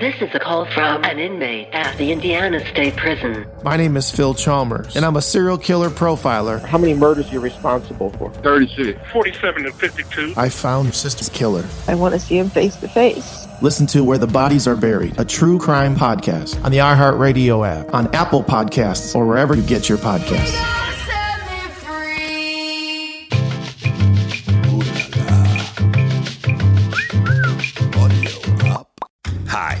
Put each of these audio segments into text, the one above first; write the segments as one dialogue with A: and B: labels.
A: This is a call from an inmate at the Indiana State Prison.
B: My name is Phil Chalmers, and I'm a serial killer profiler.
C: How many murders are you responsible for?
D: 36.
E: 47 to 52.
B: I found Sister's Killer.
F: I want to see him face to face.
B: Listen to Where the Bodies Are Buried, a true crime podcast on the iHeartRadio app, on Apple Podcasts, or wherever you get your podcasts.
G: Hi,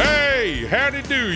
H: Hey, howdy do,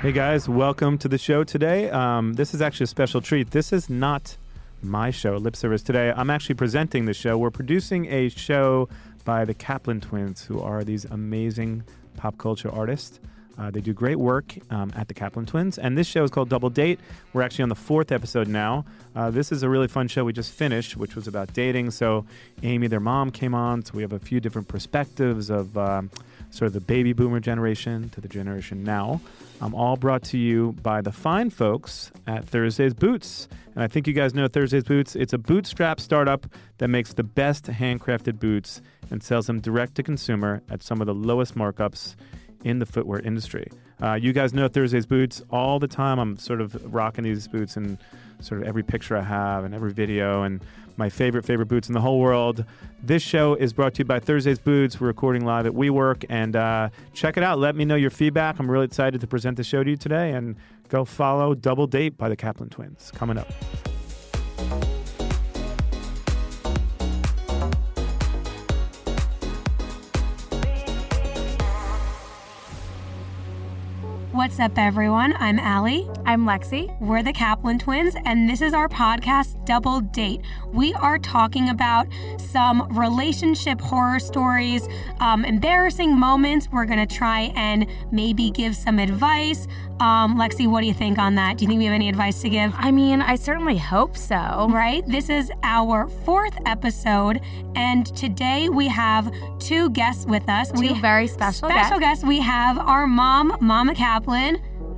I: Hey guys, welcome to the show today. Um, this is actually a special treat. This is not my show, Lip Service Today. I'm actually presenting the show. We're producing a show by the Kaplan twins, who are these amazing pop culture artists. Uh, they do great work um, at the Kaplan Twins. And this show is called Double Date. We're actually on the fourth episode now. Uh, this is a really fun show we just finished, which was about dating. So, Amy, their mom, came on. So, we have a few different perspectives of um, sort of the baby boomer generation to the generation now. Um, all brought to you by the fine folks at Thursday's Boots. And I think you guys know Thursday's Boots. It's a bootstrap startup that makes the best handcrafted boots and sells them direct to consumer at some of the lowest markups in the footwear industry. Uh, you guys know Thursday's boots all the time. I'm sort of rocking these boots in sort of every picture I have and every video and my favorite, favorite boots in the whole world. This show is brought to you by Thursday's Boots. We're recording live at WeWork and uh, check it out. Let me know your feedback. I'm really excited to present the show to you today and go follow Double Date by the Kaplan Twins coming up.
J: What's up, everyone? I'm Allie. I'm Lexi. We're the Kaplan twins, and this is our podcast, Double Date. We are talking about some relationship horror stories, um, embarrassing moments. We're going to try and maybe give some advice. Um, Lexi, what do you think on that? Do you think we have any advice to give?
K: I mean, I certainly hope so.
J: right? This is our fourth episode, and today we have two guests with us.
K: Two
J: we,
K: very special
J: special guests. We have our mom, Mama Kaplan,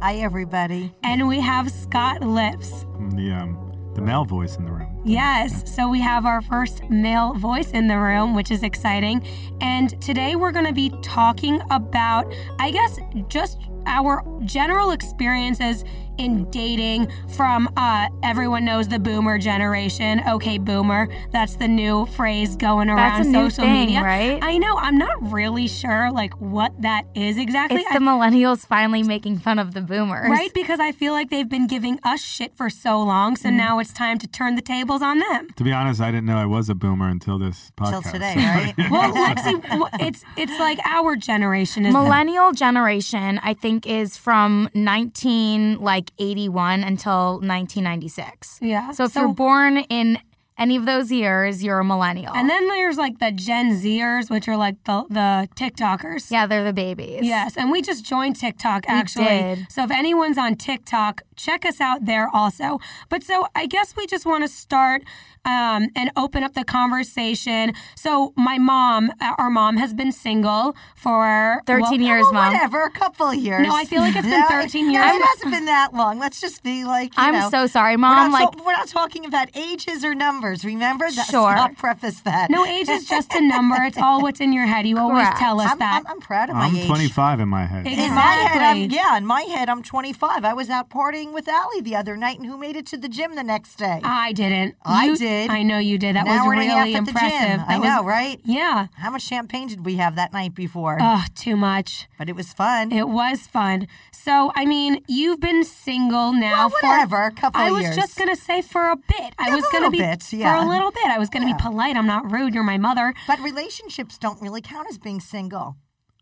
L: Hi, everybody.
J: and we have Scott Lips.
I: The, um, the male voice in the room.
J: Yes, so we have our first male voice in the room, which is exciting. And today we're going to be talking about, I guess, just our general experiences in dating from uh, everyone knows the boomer generation. Okay, boomer. That's the new phrase going around
K: That's a new
J: social
K: thing,
J: media.
K: right?
J: I know. I'm not really sure like what that is exactly.
K: It's
J: I-
K: the millennials finally making fun of the boomers.
J: Right? Because I feel like they've been giving us shit for so long, so
K: Mm-hmm.
J: now it's time to turn the tables on them.
I: To be honest, I didn't know I was a boomer until this
L: Till today, right?
J: Well, Lexi, w- it's it's like our generation is
K: Millennial generation, I think, is from 19 like 81 until 1996.
J: Yeah,
K: So if
J: so-
K: you're born in
J: any of those years, you're a millennial.
A: And then there's like the Gen Zers, which are like the, the TikTokers.
J: yeah, they're the babies.
A: Yes, and we just joined TikTok actually.
J: did.
A: So if anyone's on TikTok, check us out there also. But so I guess we just want to start um, and open up the conversation. So my mom, uh, our mom, has been single for
J: 13 years,
A: well,
J: Mom.
A: whatever.
K: Whatever, a couple of years.
A: No, I feel like it's been
K: No,
A: 13 years.
K: no, It hasn't been that long. Let's just be like, you
J: I'm
K: know,
J: so sorry,
K: We're
J: Mom.
K: not
J: Like,
K: ta- we're not talking about ages or numbers. Remember, that,
J: Sure.
K: I'll preface that.
A: No age is just a number. It's all what's in your head. You always
J: Correct.
A: tell us
K: I'm,
A: that.
K: I'm, I'm proud of my
I: I'm
K: age.
I: 25 in my head.
K: In my head, I'm,
A: Exactly.
K: yeah, in my head, I'm 25. I was out partying with Allie the other night, and who made it to the gym the next day?
A: I didn't.
K: I
A: You-
K: did.
A: I know you did. That
K: An hour
A: was
K: and a
A: really
K: half at the gym.
A: impressive. That
K: I
A: was-
K: know, right?
A: Yeah.
K: How much champagne did we have that night before?
A: Oh, too much.
K: but it was fun.
A: It was fun. So, I mean, you've been single now
K: Well, whatever,
A: for
K: a couple
A: I
K: of
A: was
K: years.
A: just gonna say for a bit. I
K: Yeah,
A: was
K: a
A: gonna
K: little
A: be
K: bit, yeah.
A: for a little bit. I was gonna be polite. I'm not rude. You're my mother.
K: but relationships don't really count as being single.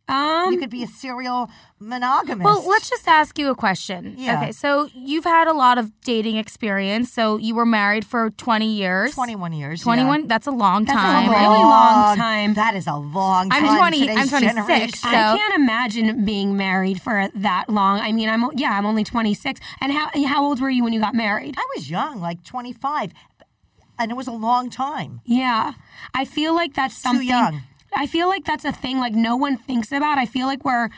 A: Um,
K: you could be a serial monogamist.
J: well, let's just ask you a question.
K: Yeah.
J: Okay, so you've had a lot of dating experience. So you were married for 20 years.
K: 21 years. yeah.
J: 21, that's a long
A: That's a
J: time.
A: long- really long time.
K: That is a long
J: I'm
K: time.
J: 20
K: today's
J: I'm 26.
K: generation.
A: I
J: so-
A: can't imagine being married for that long. I mean, I'm yeah, I'm only 26. And how how old were you when you got married?
K: I was young, like 25, and it was a long time.
A: Yeah. I feel like that's something
K: young.
A: I feel like that's a thing like no one thinks about. I feel like we're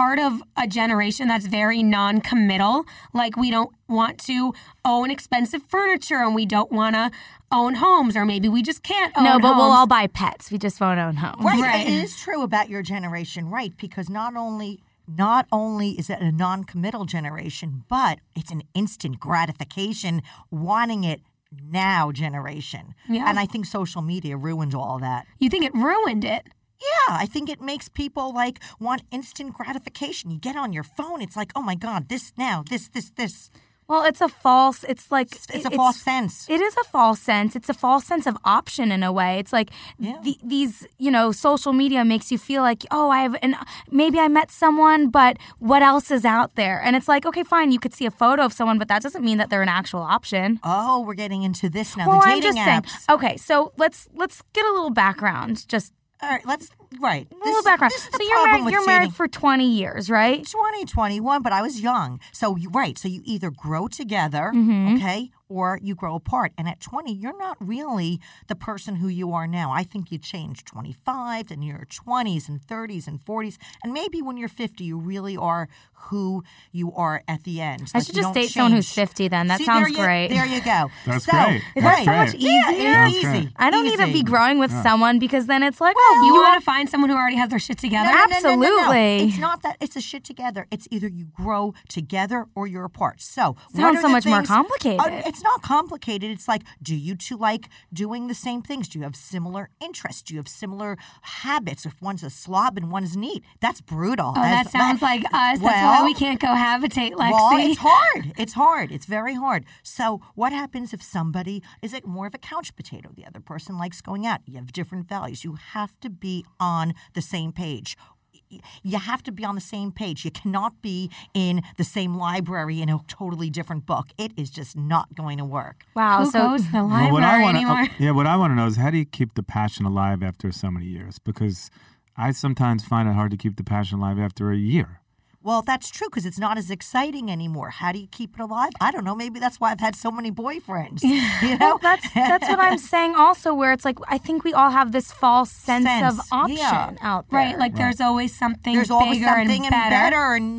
A: part of a generation that's very non-committal. Like we don't want to own expensive furniture and we don't want to own homes or maybe we just can't own
J: No, but we'll
A: homes.
J: all buy pets. We just won't own homes.
K: Right.
A: Right.
K: It is true about your generation, right? Because not only not only is it a non-committal generation, but it's an instant gratification, wanting it now generation.
A: Yeah.
K: And I think social media ruined all that.
A: You think it ruined it?
K: Yeah, I think it makes people like want instant gratification. You get on your phone, it's like, oh my god, this now, this, this, this.
J: Well, it's a false. It's like
K: It's, a false sense.
J: It is a false sense. It's a false sense of option in a way. It's like
K: Yeah.
J: the, these, you know, social media makes you feel like, oh, I have, and maybe I met someone, but what else is out there? And it's like, okay, fine, you could see a photo of someone, but that doesn't mean that they're an actual option.
K: oh, we're getting into this now.
J: well,
K: the
J: I'm
K: dating
J: just
K: apps.
J: saying. Okay, so let's let's get a little background. Just
K: All right, let's right.
J: a little background.
K: This is the
J: so you're
K: problem
J: married.
K: with
J: You're married
K: dating.
J: for 20 years, right?
K: 20, 21, but I was young. So, you, right. So, you either grow together,
J: Mm-hmm.
K: okay, or you grow apart. And at 20, you're not really the person who you are now. I think you change 25 and your 20s and 30s and 40s. And maybe when you're 50, you really are who you are at the end.
J: I
K: Like,
J: should
K: you
J: just
K: don't
J: date someone who's
K: change.
J: 50 then. That
K: See,
J: sounds
K: there you-
J: great.
K: There you go.
I: That's
K: so,
I: great.
K: Right.
I: That's so much
K: Yeah,
J: easier.
K: yeah,
I: Sounds
K: easy.
I: great.
J: I don't need to
K: Easy.
J: be growing with someone because then it's like,
K: Well,
J: oh,
A: You
J: you
A: want
J: want
A: to find someone who already has their shit together?
K: No, no, no, no, no, no.
J: Absolutely.
K: It's not that it's a shit together. It's either you grow together or you're apart. So what
J: Sounds
K: are
J: so
K: the
J: much more
K: things-
J: complicated.
K: Uh, it's not complicated. It's like, do you two like doing the same things? Do you have similar interests? Do you have similar habits? If one's a slob and one's neat, that's brutal.
A: Oh, that
K: That's-
A: sounds like us. That's why
K: Well-
A: we can't go habitate, Lexi.
K: well, it's hard. It's hard. It's very hard. So, what happens if somebody is like more of a couch potato? The other person likes going out. You have different values. You have to be on the same page. Y- You have to be on the same page. You cannot be in the same library in a totally different book. It is just not going to work.
J: wow.
A: Who
J: so
A: goes to the
I: Well,
A: library
I: what I wanna- uh,
A: anymore?
I: yeah, what I want to know is how do you keep the passion alive after so many years? Because I sometimes find it hard to keep the passion alive after a year.
K: Well, that's true because it's not as exciting anymore. How do you keep it alive? I don't know. Maybe that's why I've had so many boyfriends. You know,
J: well, that's that's what I'm saying. Also, where it's like I think we all have this false sense, of
K: Sense,
J: option
K: yeah.
J: out there.
A: Right, like there's always something
K: there's
A: bigger
K: always something
A: and better.
K: and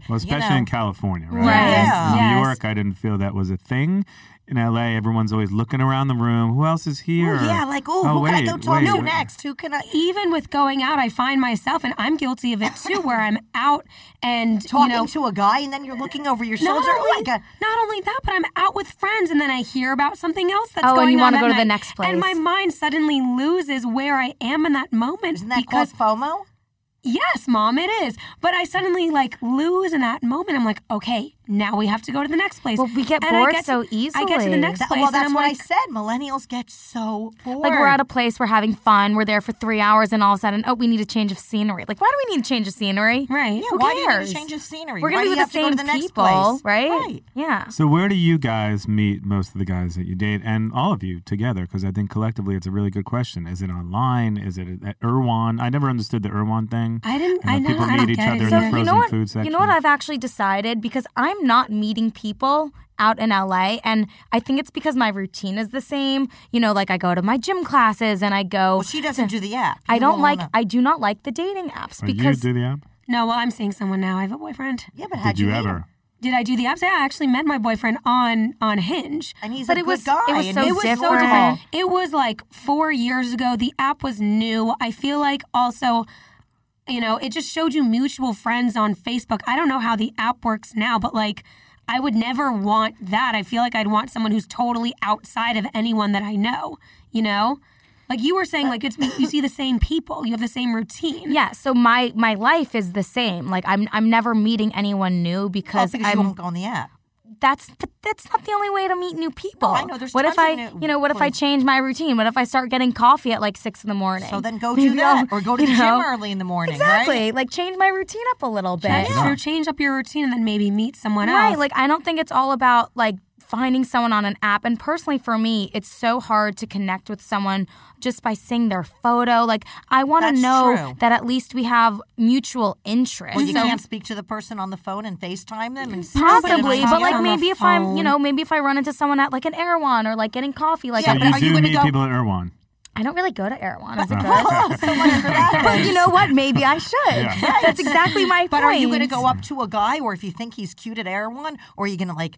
I: Well,
K: you
I: especially
K: know.
I: in California, right?
A: Right.
K: Yeah.
I: In New
A: Yes.
I: York, I didn't feel that was a thing. In LA, everyone's always looking around the room. Who else is
K: Ooh,
I: here?
K: yeah, like, ooh,
I: oh,
K: who
I: wait,
K: can I go talk
I: wait,
K: to
I: wait.
K: next? Who can I
A: even with going out, I find myself, and I'm guilty of it too, where I'm out and
K: talking
A: you know.
K: to a guy and then you're looking over your
A: Not
K: shoulder? Oh my
A: only,
K: god.
A: not only that, but I'm out with friends, and then I hear about something else that's
J: Oh, and
A: going
J: you
A: on.
J: wanna go
A: that
J: to the
A: night,
J: next place.
A: and my mind suddenly loses where I am in that moment.
K: Isn't that
A: because
K: called FOMO?
A: yes, mom, it is. But I suddenly like lose in that moment. I'm like, okay, Now we have to go to the next place.
K: Well, we get
A: And I
K: bored
A: to-
K: so
A: I get to the
K: easily.
A: next
J: That-
A: place.
J: well,
A: and
J: that's
A: I'm
J: what I
A: like,
J: said. Millennials get so bored.
K: Like we're at a place, we're having fun, we're there for three hours, and all of a sudden, oh, we need a change of scenery. Like, why do we need a change of scenery?
A: Right.
J: Yeah,
K: Who
J: why do you need a
K: cares?
J: change of scenery?
K: We're
J: Why
K: gonna be
J: do you
K: with the
J: have to go to
K: same
J: the next
K: people,
J: place?
K: right?
J: Right.
K: Yeah.
I: So where do you guys meet most of the guys that you date, and all of you together? Because I think collectively it's a really good question. Is it online? Is it at Irwan? I never understood the Irwan thing.
A: I didn't-
I: You know,
A: I know,
I: people
A: I
I: meet
A: don't
I: each
A: get it.
I: other in
A: So
I: the
A: you
I: frozen
K: you know what?
I: food section.
K: You know what I've actually decided because I'm not meeting people out in LA, and I think it's because my routine is the same. You know, like I go to my gym classes and I go.
J: Well, she doesn't do the app.
K: I
J: You
K: don't
J: all
K: like.
J: know.
K: I do not like the dating apps
I: Or
K: because
I: you do the app?
A: no, well, I'm seeing someone now. I have a boyfriend.
J: Yeah, but how'd
I: Did you
J: meet him?
I: ever?
A: Did I do the apps? Yeah, I actually met my boyfriend on on Hinge.
J: And he's
K: But
J: a
K: it
J: good
K: was-
J: guy.
K: it was
J: and
K: so
J: he
A: It was so different.
K: different.
A: It was like four years ago. The app was new. I feel like also, you know, it just showed you mutual friends on Facebook. I don't know how the app works now, but like, I would never want that. I feel like I'd want someone who's totally outside of anyone that I know. You know, like you were saying, like it's you see the same people, you have the same routine.
K: yeah. So my my life is the same. Like I'm I'm never meeting anyone new
J: Oh,
K: because,
J: because
K: I'm
J: you won't go on the app.
K: that's but that's not the only way to meet new people.
J: Oh, I know, there's
K: what if I
J: tons of new
K: you know what if I
J: places.
K: change my routine? What if I start getting coffee at like six in the morning?
J: So then go
K: Maybe
J: do that,
K: I'll-
J: or go to the
K: you
J: gym
K: know.
J: early in the morning.
K: Exactly.
J: Right?
K: Like change my routine up a little bit.
A: That's true. Change up your routine and then maybe meet someone
K: Right.
A: else.
K: Like I don't think it's all about like finding someone on an app. And personally for me, it's so hard to connect with someone just by seeing their photo. Like I want to
J: That's
K: know
J: true.
K: that at least we have mutual interest.
J: Well, you
K: So-
J: can't speak to the person on the phone and FaceTime them and see what's going
K: Possibly,
J: on.
K: but like
A: on the
K: maybe if I'm, you
A: phone.
K: know, maybe if I run into someone at like an Erewhon or like getting coffee, like
J: Yeah,
K: I,
J: but
I: you
J: are you
I: do
J: gonna
I: meet
J: go-
I: people at Irwan.
K: I don't really go to Erewhon. Is it good?
J: Oh, so what if that
K: but
J: is?
K: you know what? Maybe I should.
I: Yeah.
K: That's exactly my
J: But
K: point.
J: are you going to go up
A: Mm-hmm.
J: to a guy, or if you think he's cute at Air One, or are you going to like,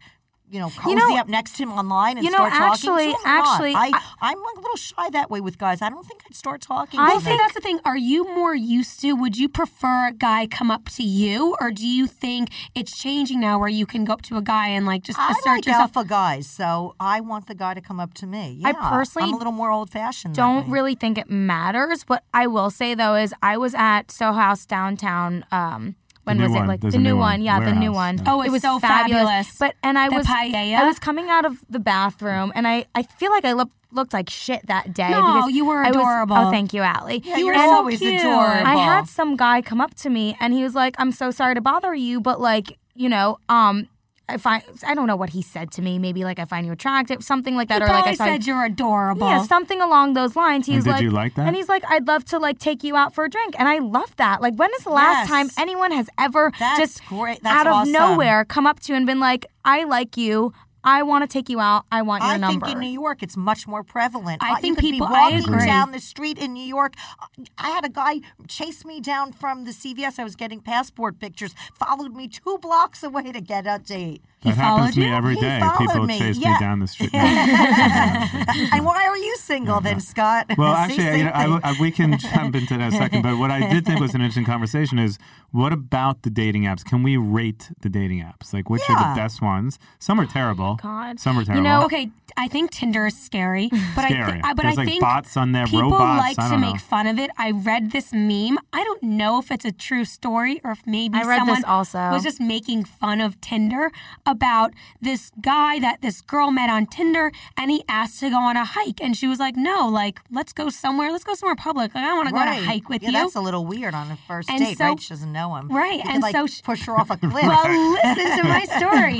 J: you know, cozy
K: know-
J: up next to him online and
K: you know,
J: start
K: actually-
J: talking? to him or not?
K: actually,
J: I,
K: I-
J: I, am a little shy that way with guys. I don't think I'd start talking.
K: I
J: to
A: Well,
J: them.
A: see, that's the thing. Are you more used to? Would you prefer a guy come up to you, or do you think it's changing now where you can go up to a guy and like just
J: I
A: assert
J: like
A: yourself?
J: alpha guys, so I want the guy to come up to me. Yeah,
K: I personally
J: I'm a little more old fashioned.
K: Don't really think it matters. What I will say though is I was at Soho House downtown. Um, when
I: The new
K: was
I: one.
K: it? Like
I: There's
K: the
I: a new
K: new
I: one.
K: one. Yeah, the new
I: Warehouse.
K: one.
A: Oh,
K: it
A: it's
K: was
A: so fabulous.
K: But and I
A: The
K: was
A: paella.
K: I was coming out of the bathroom and I I feel like I looked looked like shit that day.
A: No,
K: because
A: you were
K: I was-
A: adorable.
K: oh, thank you, Allie.
J: Yeah, you're
K: And-
J: always
A: cute.
J: adorable.
K: I had some guy come up to me and he was like, "I'm so sorry to bother you, but like, you know, um, I find I don't know what he said to me. Maybe like I find you attractive, something like that,
A: He
K: or like I
A: probably
K: saw
A: said you're adorable.
K: yeah, something along those lines. He
I: And
K: was
I: did
K: like,
I: you like that?
K: And he's like, I'd love to like take you out for a drink, and I love that. Like, when is the last
J: Yes.
K: time anyone has ever
J: That's
K: just
J: great. That's
K: out of
J: awesome.
K: nowhere come up to you and been like, I like you, I want to take you out, I want your
J: I
K: number.
J: think in New York it's much more prevalent.
A: I
J: Uh, you
A: think
J: could
A: people-
J: be
A: I
J: walking
A: agree.
J: down the street in New York. I- I had a guy chase me down from the CVS. I was getting passport pictures. Followed me two blocks away to get a date.
I: That happens
A: followed
I: to me
A: you?
I: every
J: He
I: day.
J: followed
I: People
J: me,
I: chase me
J: yeah.
I: down the street.
J: and why are you single then, Scott?
I: Well,
J: See,
I: actually, you
J: same
I: know, I,
J: thing.
I: I, we can jump into that in a second. But what I did think was an interesting conversation is what about the dating apps? Can we rate the dating apps? Like, which are
J: Yeah.
I: the best ones? Some are terrible.
K: God.
I: Some are terrible.
A: You know, okay. I think Tinder is scary, but I,
I: Scary.
A: th- I but
I: There's,
A: I
I: like,
A: think
I: bots on there,
A: people
I: robots,
A: like
I: I
A: to
I: don't know.
A: make fun of it. I read this meme. I don't know if it's a true story or if maybe
K: I read
A: someone
K: this also.
A: was just making fun of Tinder about this guy that this girl met on Tinder, and he asked to go on a hike, and she was like, "No, like let's go somewhere. Let's go somewhere public. Like I want to go on
J: Right.
A: a hike with
J: yeah,
A: you."
J: That's a little weird on a first
A: And
J: date,
A: so-
J: right? She doesn't know him.
A: Right,
J: You could,
A: and
J: like,
A: so she-
J: push her off a cliff.
A: Well, listen to my story.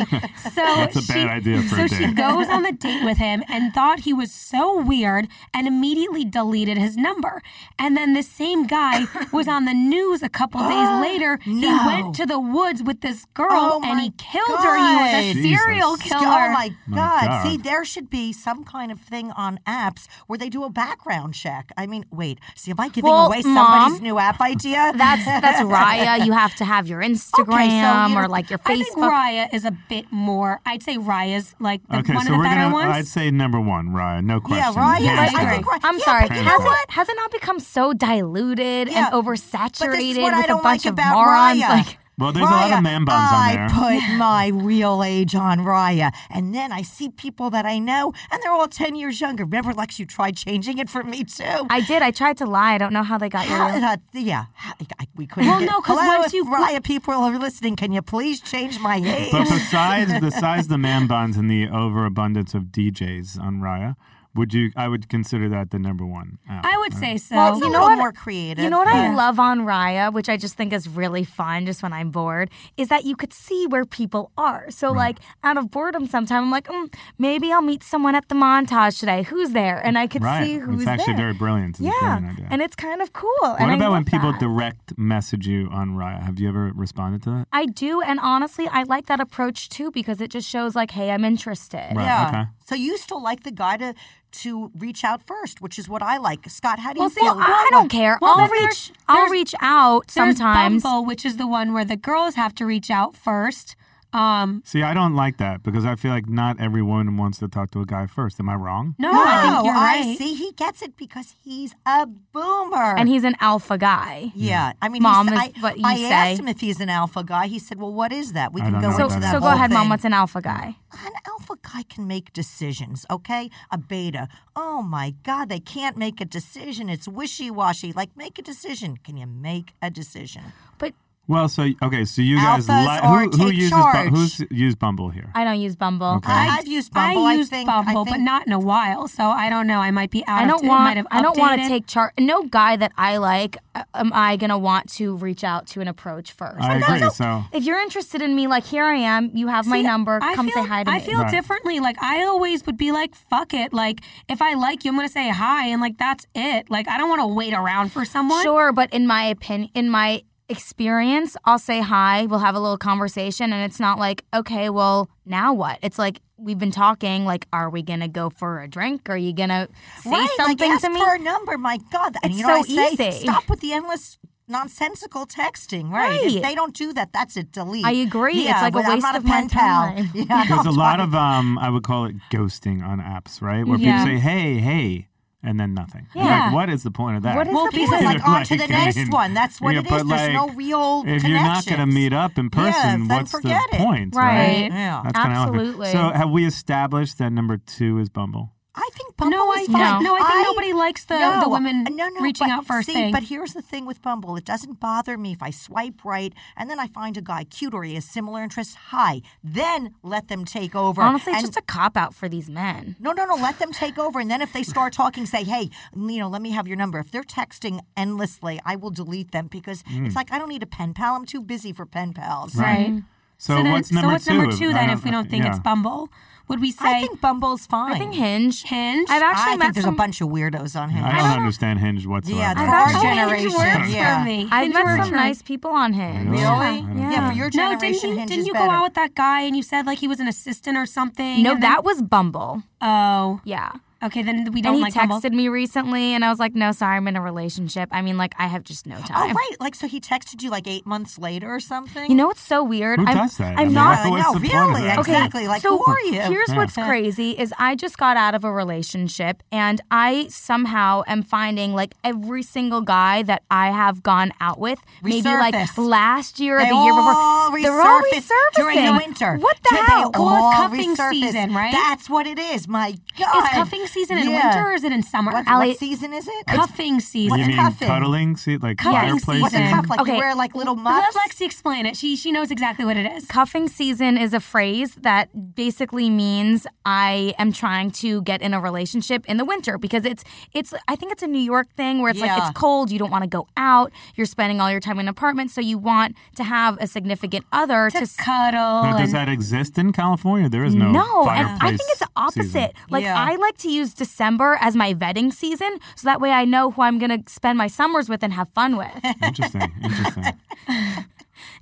A: So
I: That's a
A: she,
I: bad idea for
A: So
I: a
A: she
I: date.
A: goes on the date with him and thought he was so weird and immediately deleted his number. And then the same guy was on the news a couple days later.
J: No.
A: He went to the woods with this girl
J: Oh
A: and
J: my
A: he killed her. He was a
I: God.
A: serial
I: Jesus.
A: killer.
J: Oh my
I: My
J: God.
I: God.
J: See, there should be some kind of thing on apps where they do a background check. I mean, wait. See, am I giving
K: Well,
J: away somebody's
K: Mom,
J: new app idea?
K: that's that's Raya. You have to have your Instagram
J: you-
K: or like your
A: I think
K: Facebook.
A: Raya is a bit more. I'd say Raya's like the,
I: okay,
A: one
I: so
A: of the
I: we're
A: better
I: gonna.
A: ones.
I: I'd say number one, Ryan. No
J: yeah,
I: question.
J: right. Yeah,
I: Hands
A: I
I: down.
A: agree.
J: right.
K: I'm
J: Yeah,
K: sorry.
J: but
I: Hands
J: you
K: Has
J: know what?
K: it has it not become so diluted
J: Yeah,
K: and oversaturated
J: what I
K: with
J: don't
K: a bunch
J: like
K: of
J: about
K: morons?
J: Raya.
K: Like
I: Well, there's a lot of
J: Raya,
I: man buns on there.
J: I put my real age on Raya. And then I see people that I know, and they're all 10 years younger. Remember, Lex, you tried changing it for me, too.
K: I did. I tried to lie. I don't know how they got
J: How
K: you.
J: did I- yeah, how- I- we couldn't.
K: Well,
J: get-
K: no, 'cause
J: Hello,
K: once you-
J: Raya, people are listening. Can you please change my age?
I: But besides besides the man buns and the overabundance of DJs on Raya, would you? I would consider that the number one. app,
A: I would
I: right?
A: say so.
K: Well,
J: It's
K: you
J: a
K: know
J: little
K: what?
J: more creative.
K: You know what I
J: Yeah.
K: love on Raya, which I just think is really fun just when I'm bored, is that you could see where people are. So, like, out of boredom sometime, I'm like, mm, maybe I'll meet someone at the montage today. Who's there? And I could
I: Right.
K: see who's
I: it's actually
K: there.
I: very brilliant. It's a
K: yeah.
I: brilliant idea.
K: And it's kind of cool.
I: what about when people
K: that.
I: direct message you on Raya? Have you ever responded to that?
K: I do, and honestly, I like that approach too because it just shows like, hey, I'm interested.
I: Right.
J: Yeah.
I: Okay.
J: So you still like the guy to to reach out first, which is what I like. Scott, how do you
K: Well, see,
J: feel?
K: I don't care.
A: Well,
K: I'll
A: there's-
K: reach. I'll
A: there's-
K: reach out
A: There's
K: sometimes.
A: Bumble, which is the one where the girls have to reach out first. Um,
I: See, I don't like that because I feel like not every woman wants to talk to a guy first. Am I wrong?
A: no,
J: No,
A: I think you're right.
J: see. He gets it because he's a boomer.
K: and he's an alpha guy.
J: yeah, I mean,
K: Mom
J: he's,
K: is
J: I,
K: what you
J: I asked
K: say.
J: him if he's an alpha guy. He said, "Well, what is that?" We
I: I
J: can
I: don't
J: go
I: know
J: into
K: So,
I: about
J: that.
K: so go
J: whole
K: ahead, mom.
J: thing.
K: What's an alpha guy?
J: An alpha guy can make decisions, okay? A beta. Oh my God, they can't make a decision. It's wishy washy. Like, make a decision. Can you make a decision?
K: But
I: Well, so okay, so you guys
J: Alphas
I: like
J: or
I: who, who
J: take
I: uses
J: charge.
I: bu- who's used Bumble here?
K: I don't use Bumble.
I: Okay.
J: I, have used Bumble.
A: I used
J: think,
A: Bumble,
J: I think,
A: but not in a while, so I don't know. I might be out.
K: I
A: of
K: don't
A: it might
K: want.
A: have
K: I don't want
A: updated.
K: to take charge. No guy that I like, uh, am I gonna want to reach out to and approach first?
I: I
K: Like, that's
I: agree,
K: o-
I: so-
K: if you're interested in me, like here I am. You have my
A: See,
K: number.
A: I
K: Come
A: feel,
K: say hi to
A: I
K: me.
A: feel
I: Right.
A: differently. Like I always would be like, "Fuck it!" Like if I like you, I'm gonna say hi, and like that's it. Like I don't want to wait around for someone.
K: Sure, but in my opinion, in my experience, I'll say hi. We'll have a little conversation, and it's not like, okay, well, now what? It's like we've been talking. Like, are we gonna go for a drink? Are you gonna say
J: right,
K: something
J: like, ask
K: to me?
J: for a number. My God, and
K: It's
J: you know
K: so
J: what I say?
K: easy.
J: Stop with the endless nonsensical texting. Right? If
K: Right.
J: they don't do that, that's it. Delete.
K: I agree. It's
J: Yeah,
K: like a
J: but I'm
K: waste
J: not
K: of
J: a
K: my
J: pen pal.
K: time.
J: Yeah, I
I: There's a
J: don't
I: lot
J: want-
I: of um, I would call it ghosting on apps, right? Where
A: Yeah.
I: people say, "Hey, hey," and then nothing. Like,
A: Yeah.
I: what is the point of that?
K: What is
J: Well,
K: the point?
J: because like, on to the
I: Like, I
J: next
I: mean,
J: one. That's what
I: yeah,
J: it is.
I: but,
J: There's no
I: like,
J: real
I: If you're not going to
J: connections.
I: meet up in
J: Yeah,
I: person,
J: then
I: what's the
J: forget it.
I: point?
K: Right.
I: right?
J: Yeah.
I: That's kinda how I feel.
K: Absolutely.
I: So, have we established that number two is Bumble?
J: I think Bumble
A: No, I
J: is
A: think,
J: fine.
A: no, I think nobody likes the,
J: no,
A: the women
J: no, no,
A: reaching
J: but
A: out first
J: see,
A: thing.
J: But here's the thing with Bumble: it doesn't bother me if I swipe right and then I find a guy cute or he has similar interests. Hi, then let them take over.
K: Honestly, it's
J: and-
K: just a cop out for these men.
J: no, no, no. Let them take over, and then if they start talking, say, "Hey, you know, let me have your number." If they're texting endlessly, I will delete them because it's like I don't need a pen pal. I'm too busy for pen pals.
A: right.
I: So,
A: then,
I: what's number
A: so what's
I: two?
A: number two
I: I
A: then?
I: don't-
A: If we don't think it's
I: yeah.
A: Bumble, would we
J: I
A: say?
J: think Bumble's fine.
K: I think Hinge.
A: Hinge?
K: I've actually
J: I
K: met
J: think there's
K: some,
J: a bunch of weirdos on Hinge.
I: I don't understand Hinge whatsoever.
J: Yeah,
K: I've
J: our
K: actually-
J: generation.
A: Hinge works
J: yeah.
A: for me.
K: I've
A: Hinge
K: met
A: works
K: some
A: for me.
K: nice people on Hinge.
I: Really?
J: Really?
I: I don't
K: Yeah.
I: know.
J: Yeah, for your
A: No,
J: generation,
A: didn't you,
J: Hinge
A: didn't
J: is
A: you go
J: better.
A: out with that guy and you said like he was an assistant or something?
K: No,
A: and then-
K: that was Bumble.
A: Oh,
K: Yeah.
A: okay. Then we don't
K: And he
A: like Bumble.
K: texted me recently, and I was like, no, sorry, I'm in a relationship. I mean, like, I have just no
J: Oh
K: time.
J: right, like so he texted you like eight months later or something.
K: You know what's so weird?
I: Who
K: I'm,
I: does that?
K: I'm
I: I mean,
K: not.
I: what's
J: No,
I: the point of
J: really,
I: that?
K: Okay,
J: exactly. Like,
K: so
J: who are you?
K: Here's
I: Yeah.
K: what's crazy is I just got out of a relationship and I somehow am finding like every single guy that I have gone out with, maybe like
J: Resurfaced.
K: last year or
J: They
K: the year
J: all
K: before, they're all
J: resurface during the
K: resurfacing.
J: winter.
K: What the
J: They
K: hell?
J: all
A: Well, it's cuffing
J: resurface.
A: season, right?
J: That's what it is. My God,
A: Is cuffing season in
J: Yeah.
A: winter or is it in summer?
J: What,
K: Ally-
J: what season is it?
A: cuffing season.
I: You
J: What's
I: mean
J: cuffing?
I: cuddling? See, like
A: Cuffing
I: fireplace?
J: What's a
A: season.
J: cuff like?
K: Okay.
J: You wear like little muffs.
A: Let Lexi explain it. She she knows exactly what it is.
K: Cuffing season is a phrase that basically means I am trying to get in a relationship in the winter because it's it's I think it's a New York thing where it's like
J: Yeah.
K: it's cold, you don't want to go out, you're spending all your time in an apartment, so you want to have a significant other to,
A: To
K: s-
A: cuddle.
I: Now, does
A: and-
I: that exist in California? There is no.
K: no, and
I: fireplace
K: I think it's the opposite.
I: season.
K: Like
J: Yeah.
K: I like to use December as my vetting season, so that way I know who I'm gonna spend my summers with and have fun with.
I: Interesting. Interesting.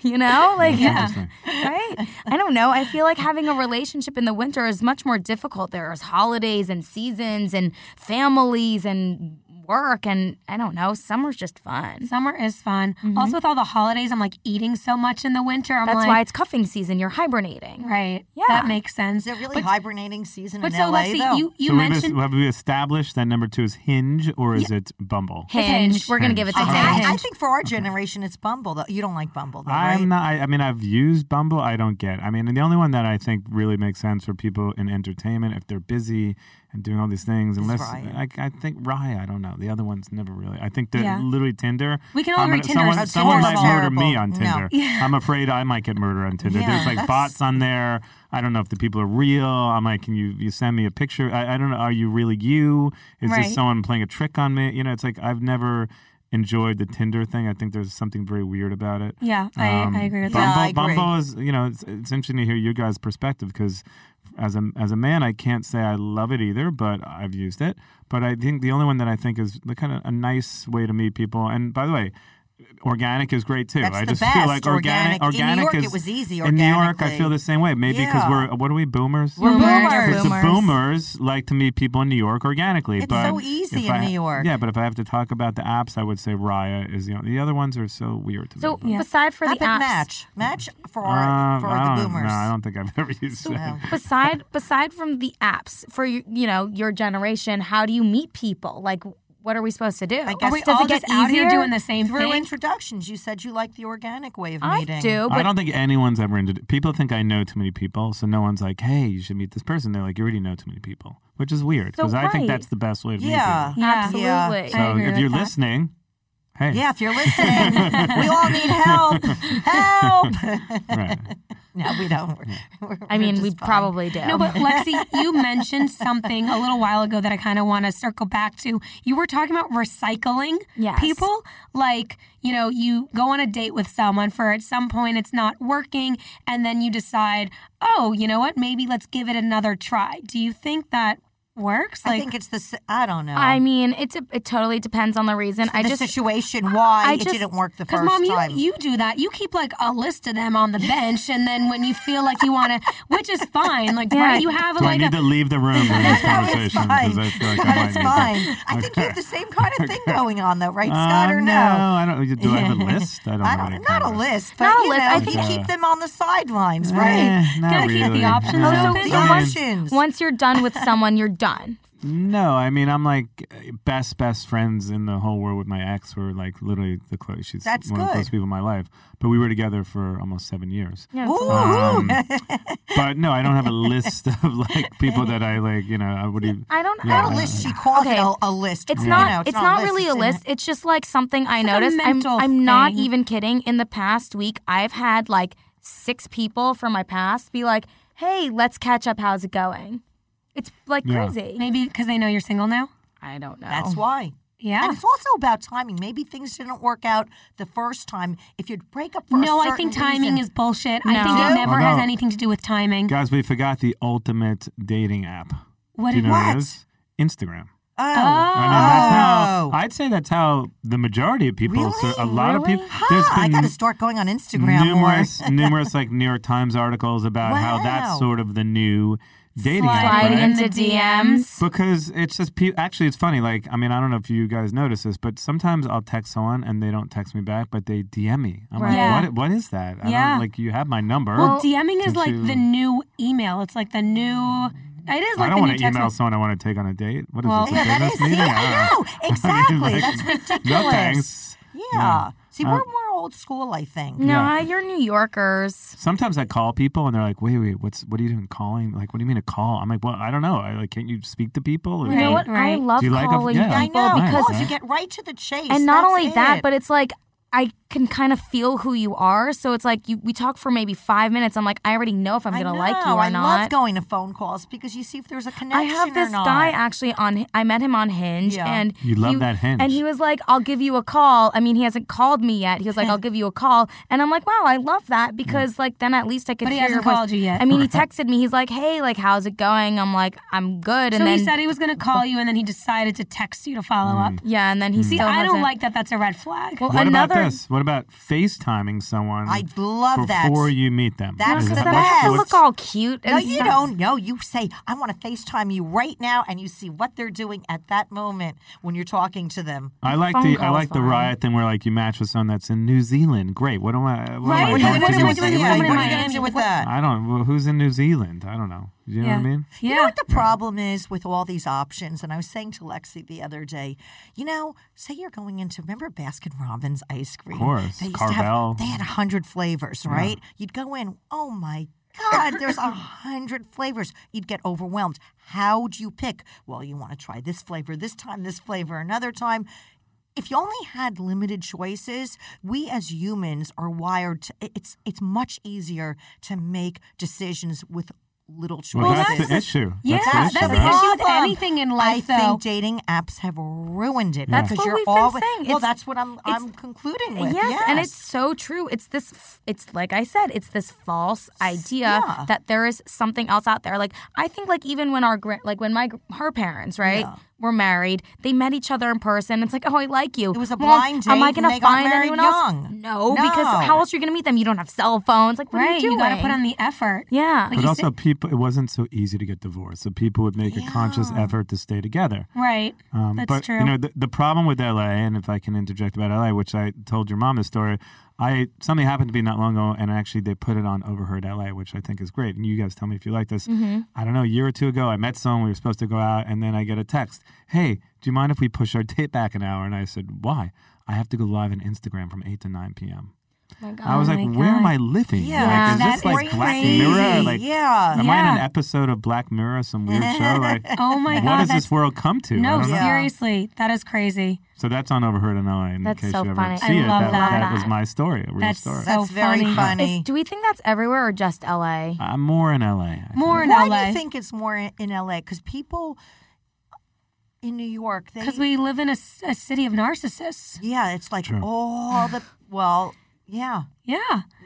K: You know, like
I: Interesting.
K: right? I don't know. I feel like having a relationship in the winter is much more difficult. There's holidays and seasons and families and work and I don't know, summer's just fun. Mm-hmm.
A: Summer is fun. Also, with all the holidays, I'm like eating so much in the winter. I'm
K: That's
A: like,
K: why it's cuffing season. You're hibernating.
A: right.
K: Yeah.
A: that makes sense.
J: Is it really
A: But-
J: hibernating season
A: But
J: in
A: so
J: LA
A: Lexi,
J: though?
A: you you
I: so have,
A: mentioned
I: we, have we established that number two is Hinge or is it Bumble?
K: Hinge.
A: Hinge.
K: We're gonna give it to
J: I,
A: Okay.
K: Hinge.
J: I- I
A: Hinge.
J: think for our generation, it's Bumble. Though you don't like Bumble, though, right?
I: I'm not. I, I mean, I've used Bumble. I don't get. I mean, the only one that I think really makes sense for people in entertainment if they're busy and doing all these things. Unless I,
J: Raya.
I: I think Rye. I don't know. The other ones never really. I think that
A: Yeah.
I: literally Tinder.
A: We can all
I: I'm
A: agree
I: gonna-
A: Tinder
I: someone,
A: is
I: someone might
J: terrible.
I: murder me on Tinder.
J: No.
I: I'm afraid I might get murdered on Tinder.
J: Yeah,
I: There's like
J: that's-
I: bots on there. I don't know if the people are real. I'm like, can you you send me a picture? I, I don't know. Are you really you? Is
A: Right.
I: this someone playing a trick on me? You know, it's like I've never enjoyed the Tinder thing. I think there's something very weird about it.
A: Yeah, I- I agree with
I: Bumble,
A: that.
J: Yeah, I agree.
I: Bumble is, you know, it's, it's interesting to hear your guys' perspective because as a as a man, I can't say I love it either, but I've used it. But I think the only one that I think is the kind of a nice way to meet people. And by the way. Organic is great too.
J: That's
I: I
J: the
I: just feel
J: best,
I: like organic.
J: organic. In
I: Organic
J: New York,
I: is
J: it was easy
I: In New York, I
J: organically.
I: feel the same way. Maybe because
J: Yeah.
I: we're uh, what are we boomers?
J: We're
K: Boomers.
J: boomers.
I: Because the
K: boomers.
I: boomers like to meet people in New York organically.
J: It's
I: but
J: so easy
I: if
J: in
I: I-
J: New York.
I: Yeah, but if I have to talk about the apps, I would say Raya is the only. The other ones are so weird to
K: So
I: me.
K: aside for
J: How
K: the apps,
J: about match? Match for
I: Um,
J: our, for
I: I
J: the
I: don't-
J: boomers.
I: No, I don't think I've ever used
J: Wow.
I: that.
K: beside beside from the apps for you you know your generation, how do you meet people? Like, what are we supposed to do?
J: I guess
A: we
K: Does
A: all
K: it get
A: just out here
K: easier?
A: doing the same
J: Through
A: thing?
J: introductions, you said you like the organic way of
K: I
J: meeting.
K: do,
I: I
K: but
I: don't think anyone's ever into. People think I know too many people, so no one's like, "Hey, you should meet this person." They're like, "You already know too many people," which is weird
K: So
I: because I think
K: right.
I: that's the best way to
J: Yeah.
I: meet
J: yeah.
K: absolutely.
I: people.
A: I
I: So
A: agree
I: if
A: with
I: you're
A: that.
I: listening, hey,
J: Yeah, if you're listening, we all need help. Help!
I: right.
J: no, we don't. We're- we're-
K: I
J: we're
K: mean, we
J: just fine.
K: probably do.
A: No, but Lexi, you mentioned something a little while ago that I kind of want to circle back to. You were talking about recycling
K: Yes.
A: people. Like, you know, you go on a date with someone for at some point it's not working, and then you decide, oh, you know what, maybe let's give it another try. Do you think that works?
J: I think it's the. s- I don't know.
K: I mean, it's a, it totally depends on the reason. I
J: the
K: just
J: situation why
K: I
J: it
K: just-
J: didn't work the
A: because
J: first
A: mom, you,
J: time.
A: you do that. You keep like a list of them on the bench, and then when you feel like you want to, which is fine. Like,
K: Yeah.
A: right, you have
I: Do I
A: like
I: need
A: a
I: to leave the room during this
J: No,
I: conversation?
J: it's fine.
I: Because I feel like
J: No,
I: I might
J: it's
I: need to-
J: fine. I think you have the same kind of thing going on, though, right, Scott?
I: Uh,
J: Or
I: no,
J: no?
I: I don't. Do I have a list? I don't.
J: I
I: know what
J: don't,
I: it
J: not a
I: covers.
J: list, but
K: Not a
J: you
K: list.
J: know,
K: I
J: you
K: think-
J: keep them on the sidelines, right? Oh,
I: Eh, not
A: Gotta keep the
I: really.
A: options
I: No,
A: open.
I: it's
A: The
I: fine.
A: options.
J: Options.
K: once you're done with someone, you're done.
I: No, I mean I'm like best best friends in the whole world with my ex. We're like literally the close. She's
J: That's
I: one of the
J: good.
I: closest people in my life. But we were together for almost seven years.
K: Yeah,
J: Ooh,
I: Um, but no, I don't have a list of like people that I like. You know, I would. even-
K: I don't. I
I: Yeah.
J: not
K: don't
J: a
I: Uh,
J: list. She calls
K: Okay.
J: it a, a list.
K: It's
J: You
K: not.
J: know,
K: it's, not,
J: list,
K: really a
J: it's in-
K: list. It's just like something I
A: It's like a
K: noticed. I'm,
A: mental
K: I'm not
A: thing.
K: even kidding. In the past week, I've had like six people from my past be like, "Hey, let's catch up. How's it going?" It's like
I: Yeah.
K: crazy.
A: maybe because they know you're single now.
K: I don't know.
J: That's why.
A: Yeah.
J: And it's also about timing. Maybe things didn't work out the first time. If you'd break up for a
A: No, I
J: certain
A: think timing
J: reason-
A: is bullshit.
K: No.
A: I think
K: No?
A: it never
I: Well,
A: has
I: Oh, no.
A: anything to do with timing.
I: Guys, we forgot the ultimate dating app.
A: What
I: Do you
A: did
I: know what it
J: What?
I: is? Instagram.
J: Oh,
I: I mean, that's how
J: Oh.
I: I'd say that's how the majority of people.
J: Really?
I: a lot of
K: Really?
I: people. There's
J: ha, I
I: been
J: got to start going on Instagram
I: numerous
J: more.
I: numerous like New York Times articles about how that's
J: Wow.
I: sort of the new dating app,
K: Sliding
I: right?
K: into DMs.
I: because it's just pe- actually it's funny like I mean I don't know if you guys notice this but sometimes I'll text someone and they don't text me back but they DM me I'm
K: Right. Yeah.
I: like what what is that I
A: Yeah.
I: don't like you have my number
A: Well, DMing is
I: Since
A: like
I: you-
A: the new email. It's like the new. It is
I: I
A: like
I: don't e-,
A: the new
I: want
A: text.
I: to email
A: message.
I: someone I want to take on a date what is
A: Well,
I: this a
J: yeah, that
I: business
J: is.
I: meeting
J: Yeah,
I: Ah.
J: I know. Exactly.
I: like,
J: That's ridiculous.
I: no thanks
J: Yeah. See,
I: Uh,
J: we're more old school, I think.
K: no,
I: Yeah.
K: I- you're New Yorkers.
I: Sometimes I call people and they're like, "Wait, wait, what's what are you doing calling? Like, what do you mean a call?" I'm like, "Well, I don't know. I like, can't you speak to people?" Or-
K: You know
A: Right,
K: what? I
A: right.
K: love
I: Do you like a-
K: calling
I: yeah.
J: I
K: people
J: know.
I: Nice,
K: because
J: Because you
I: right?
J: get right to the chase.
K: and not
J: That's
K: only that
J: it.
K: but it's like i can kind of feel who you are so it's like you, we talk for maybe five minutes i'm like i already know if i'm
J: I
K: gonna like you
J: know,
K: or
J: I
K: not
J: love going to phone calls because you see if there's a connection.
K: I have this
J: or not.
K: guy actually on. I met him on Hinge,
J: Yeah.
K: and
I: You love
K: he-
I: that Hinge.
K: And he was like, "I'll give you a call." I mean, he hasn't called me yet. He was like, "I'll give you a call," and I'm like, "Wow, I love that because like then at least I could."
A: Mm. But he
K: hear
A: hasn't
K: your voice.
A: called you yet.
K: I mean, he texted me. He's like, "Hey, like, how's it going?" I'm like, "I'm good." And
A: So
K: then Mm.
A: he said he was going to call you, and then he decided to text you to follow up.
K: yeah, and then he
A: See,
K: still
A: I don't
K: hasn't.
A: like that. That's a red flag.
K: Well,
I: What
K: another
I: this? What about FaceTiming someone?
J: I love
I: before
J: that.
I: Before you meet them.
J: That's
I: Is
J: the
I: that
J: best.
I: much-
J: Yes.
G: They look all cute.
J: No,
G: and
J: you
G: stuff.
J: don't know. You say, I want to FaceTime you right now, and you see what they're doing at that moment when you're talking to them.
I: I like
G: Phone
I: the I
G: call's
I: like the
G: fine.
I: riot thing where like you match with someone that's in New Zealand. Great. What am I? What
K: Right,
I: Am I
K: what
I: going
K: am
I: to
K: I doing
I: New
K: with someone in
I: Zealand?
K: Miami?
J: What are you going to do with that?
I: I don't. Well, who's in New Zealand? I don't know. You know what I
K: Yeah.
I: mean?
K: Yeah.
J: You know what the problem is with all these options? And I was saying to Lexi the other day, you know, say you're going into, remember Baskin Robbins ice cream?
I: course,
J: They used
I: Carvel.
J: To have, they had 100 flavors, right? You'd go in, oh my God, there's a 100 flavors. You'd get overwhelmed. How do you pick? Well, you want to try this flavor this time, this flavor another time. If you only had limited choices, we as humans are wired to it- it's it's much easier to make decisions with little choices.
I: Well, that's,
K: that's
I: the
K: the-
I: issue.
K: yeah,
I: that's the issue.
K: that's the
I: right?
K: issue with
J: problem.
K: anything in life,
J: I
K: though.
J: think dating apps have ruined it.
I: That's
J: because
G: what
J: you're
G: we've been
J: always,
G: saying.
J: Well,
G: It's-
J: that's what I'm
G: it's-
J: I'm concluding with.
G: Yes, and it's so true. It's this. f- It's like I said. It's this false idea
J: yeah.
G: that there is something else out there. Like I think, like even when our gra- like when my gr- her parents right were married, they met each other in person. It's like, oh, I like you.
J: It was a
G: Well,
J: blind
G: Am
J: date
G: I
J: and
G: gonna
J: they got
G: find
J: married
G: anyone else?
J: young.
G: No, because how
J: No.
G: else are you gonna meet them? You don't have cell phones. Like what are
K: right,
G: you
K: you
G: doing?
K: got to put on the effort.
G: yeah.
I: But also, people. It wasn't so easy to get divorced, so people would make a conscious effort to stay together.
K: Right.
I: Um,
K: That's
I: but
K: true.
I: you know the, the problem with LA, and if I can interject about LA, which I told your mom this story, I something happened to me not long ago, and actually they put it on Overheard LA, which I think is great. And you guys tell me if you like this.
K: Mm-hmm.
I: I don't know, a year or two ago, I met someone we were supposed to go out, and then I get a text, "Hey, do you mind if we push our date back an hour?" And I said, "Why? I have to go live on Instagram from eight to nine p.m." I was like,
K: my
I: "Where
K: God.
I: am I living?
J: Yeah,
I: like, is this
J: that
I: like
J: is
I: Black
J: crazy.
I: Mirror? Like,
J: Yeah.
I: am I in an
K: Yeah.
I: episode of Black Mirror? Some weird show? Like,
K: Oh my
I: what
K: God,
I: does this
K: that's-
I: world come to? I
K: No,
I: don't know.
K: seriously, that is crazy.
I: So that's on Overheard and LA. In
G: That's
I: case
G: so
I: you ever
G: funny.
I: see
G: I
I: it,
K: love
I: that,
K: that.
I: was my story, a real
K: That's
I: story.
K: so
J: That's very
K: funny.
J: funny.
G: Is, do we think that's everywhere or just LA?
I: I'm more in LA. I think.
K: More in
J: Why
K: LA
J: do you think it's more in, in LA? Because people in New York, they
K: because we live in a, s- a city of narcissists.
J: yeah, it's like all the well, yeah.
K: Yeah.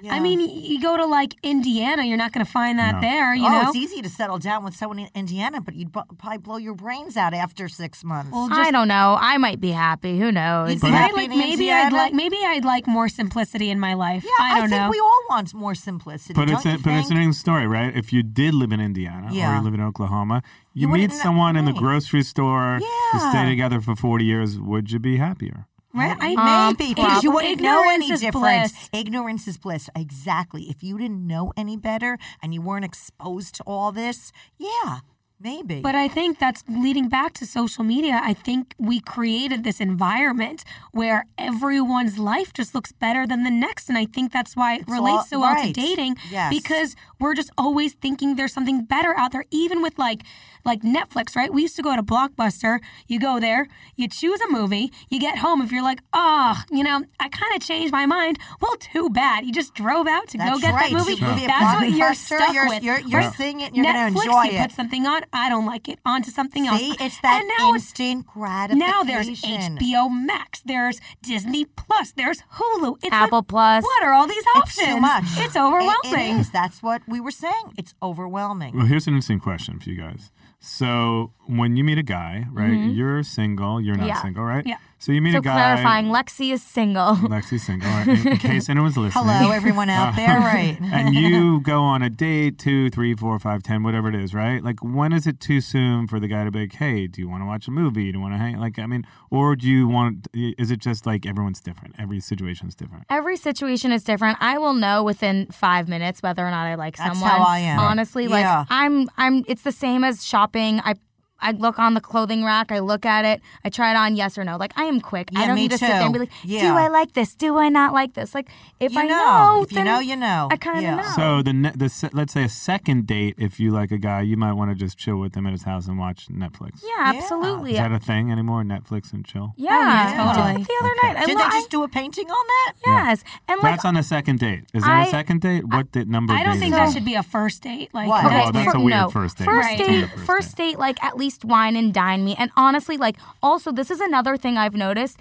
J: Yeah.
K: I mean, y- you go to like Indiana, you're not going to find that
I: No.
K: there. You
J: oh,
K: know,
J: it's easy to settle down with someone in Indiana, but you'd bu- probably blow your brains out after six months.
K: Well,
G: I don't know. I might be happy. Who knows?
J: You'd
I: But-
J: be
K: I
J: happy
K: like
J: in
K: maybe I'd
J: Indiana?
K: like maybe I'd like more simplicity in my life.
J: Yeah,
K: I don't
J: think
K: know.
J: we all want more simplicity.
I: But it's,
J: don't
I: a,
J: you
I: but it's an
J: think?
I: interesting story, right? If you did live in Indiana or
J: Yeah.
I: you live in Oklahoma, you,
J: You
I: meet
J: wouldn't-
I: someone in the
J: right.
I: grocery store, you stay
J: Yeah.
I: together for 40 years, would you be happier?
K: right? I,
G: Um,
J: Maybe
K: ign-
J: because you wouldn't know
K: ignorance
J: any
K: is
J: difference.
K: bliss.
J: Ignorance is bliss. Exactly. If you didn't know any better and you weren't exposed to all this, yeah, maybe.
K: But I think that's leading back to social media. I think we created this environment where everyone's life just looks better than the next. And I think that's why it relates
J: all-
K: so well to
J: right.
K: dating
J: Yes.
K: because we're just always thinking there's something better out there, even with like like Netflix, right? We used to go to Blockbuster, you go there, you choose a movie, you get home. If you're like, oh, you know, I kind of changed my mind, well, too bad. You just drove out to go
J: That's
K: get
J: right.
K: that movie.
J: You go to
K: That's what you're
J: Blockbuster,
K: stuck
J: you're-
K: with.
J: you're- you're
K: Whereas
J: seeing it and you're gonna
K: Netflix,
J: enjoy
K: you
J: it.
K: put something on, I don't like it, onto something
J: See,
K: else.
J: it's that
K: and now it's
J: instant gratification.
K: now there's HBO Max, there's Disney Plus, there's Hulu, it's like,
G: Apple Plus.
K: What are all these
J: It's
K: options?
J: too much.
K: It's
J: It,
K: overwhelming.
J: it is. That's what we were saying. It's overwhelming.
I: Well, here's an interesting question for you guys. So when you meet a guy, right? You're single, you're not
G: Yeah.
I: single, right?
K: Yeah.
I: So you meet
G: so
I: a guy.
G: clarifying, Lexi is single.
I: Lexi's single. all right, In, in case anyone's listening.
J: Hello, everyone
I: Ah.
J: out there. Right.
I: and you go on a date, two, three, four, five, ten, whatever it is, right? Like, when is it too soon for the guy to be like, hey, do you want to watch a movie? Do you want to hang? Like, I mean, or do you want, is it just like everyone's different? Every situation's different.
G: Every situation is different. I will know within five minutes whether or not I like
J: That's
G: someone.
J: how I am.
G: Honestly, like
J: Yeah.
G: I'm, I'm. It's the same as shopping. I, I look on the clothing rack. I look at it. I try it on. Yes or no. Like I am quick. I
J: Yeah,
G: don't
J: me
G: need to sit there and
J: too.
G: be like,
J: Yeah.
G: do I like this? Do I not like this? Like if
J: You
G: I
J: know.
G: know,
J: If you
G: then
J: know, you know.
G: I kind of
J: Yeah.
G: know.
I: So the, ne- the se- let's say a second date, if you like a guy, you might want to just chill with him at his house and watch Netflix.
G: yeah, absolutely.
I: Is that a thing anymore? Netflix and chill?
G: yeah,
K: Oh, yeah,
G: I did
K: totally.
G: that the other night. I,
J: Did
G: lo-
J: they
G: I-
J: just do a painting on that?
G: yes, and like
I: That's on a second date. Is there a
G: I-
I: second date? What date number?
K: I don't
I: date
K: think
I: is
K: that
I: it?
K: should be a first date. Like
J: What?
I: Oh,
G: Okay,
I: well, that's
G: for-
I: a weird
G: no.
I: first date.
G: First
K: Right.
I: That's a
G: date,
I: weird first
G: first date, like at least wine and dine me. And honestly, like also this is another thing I've noticed,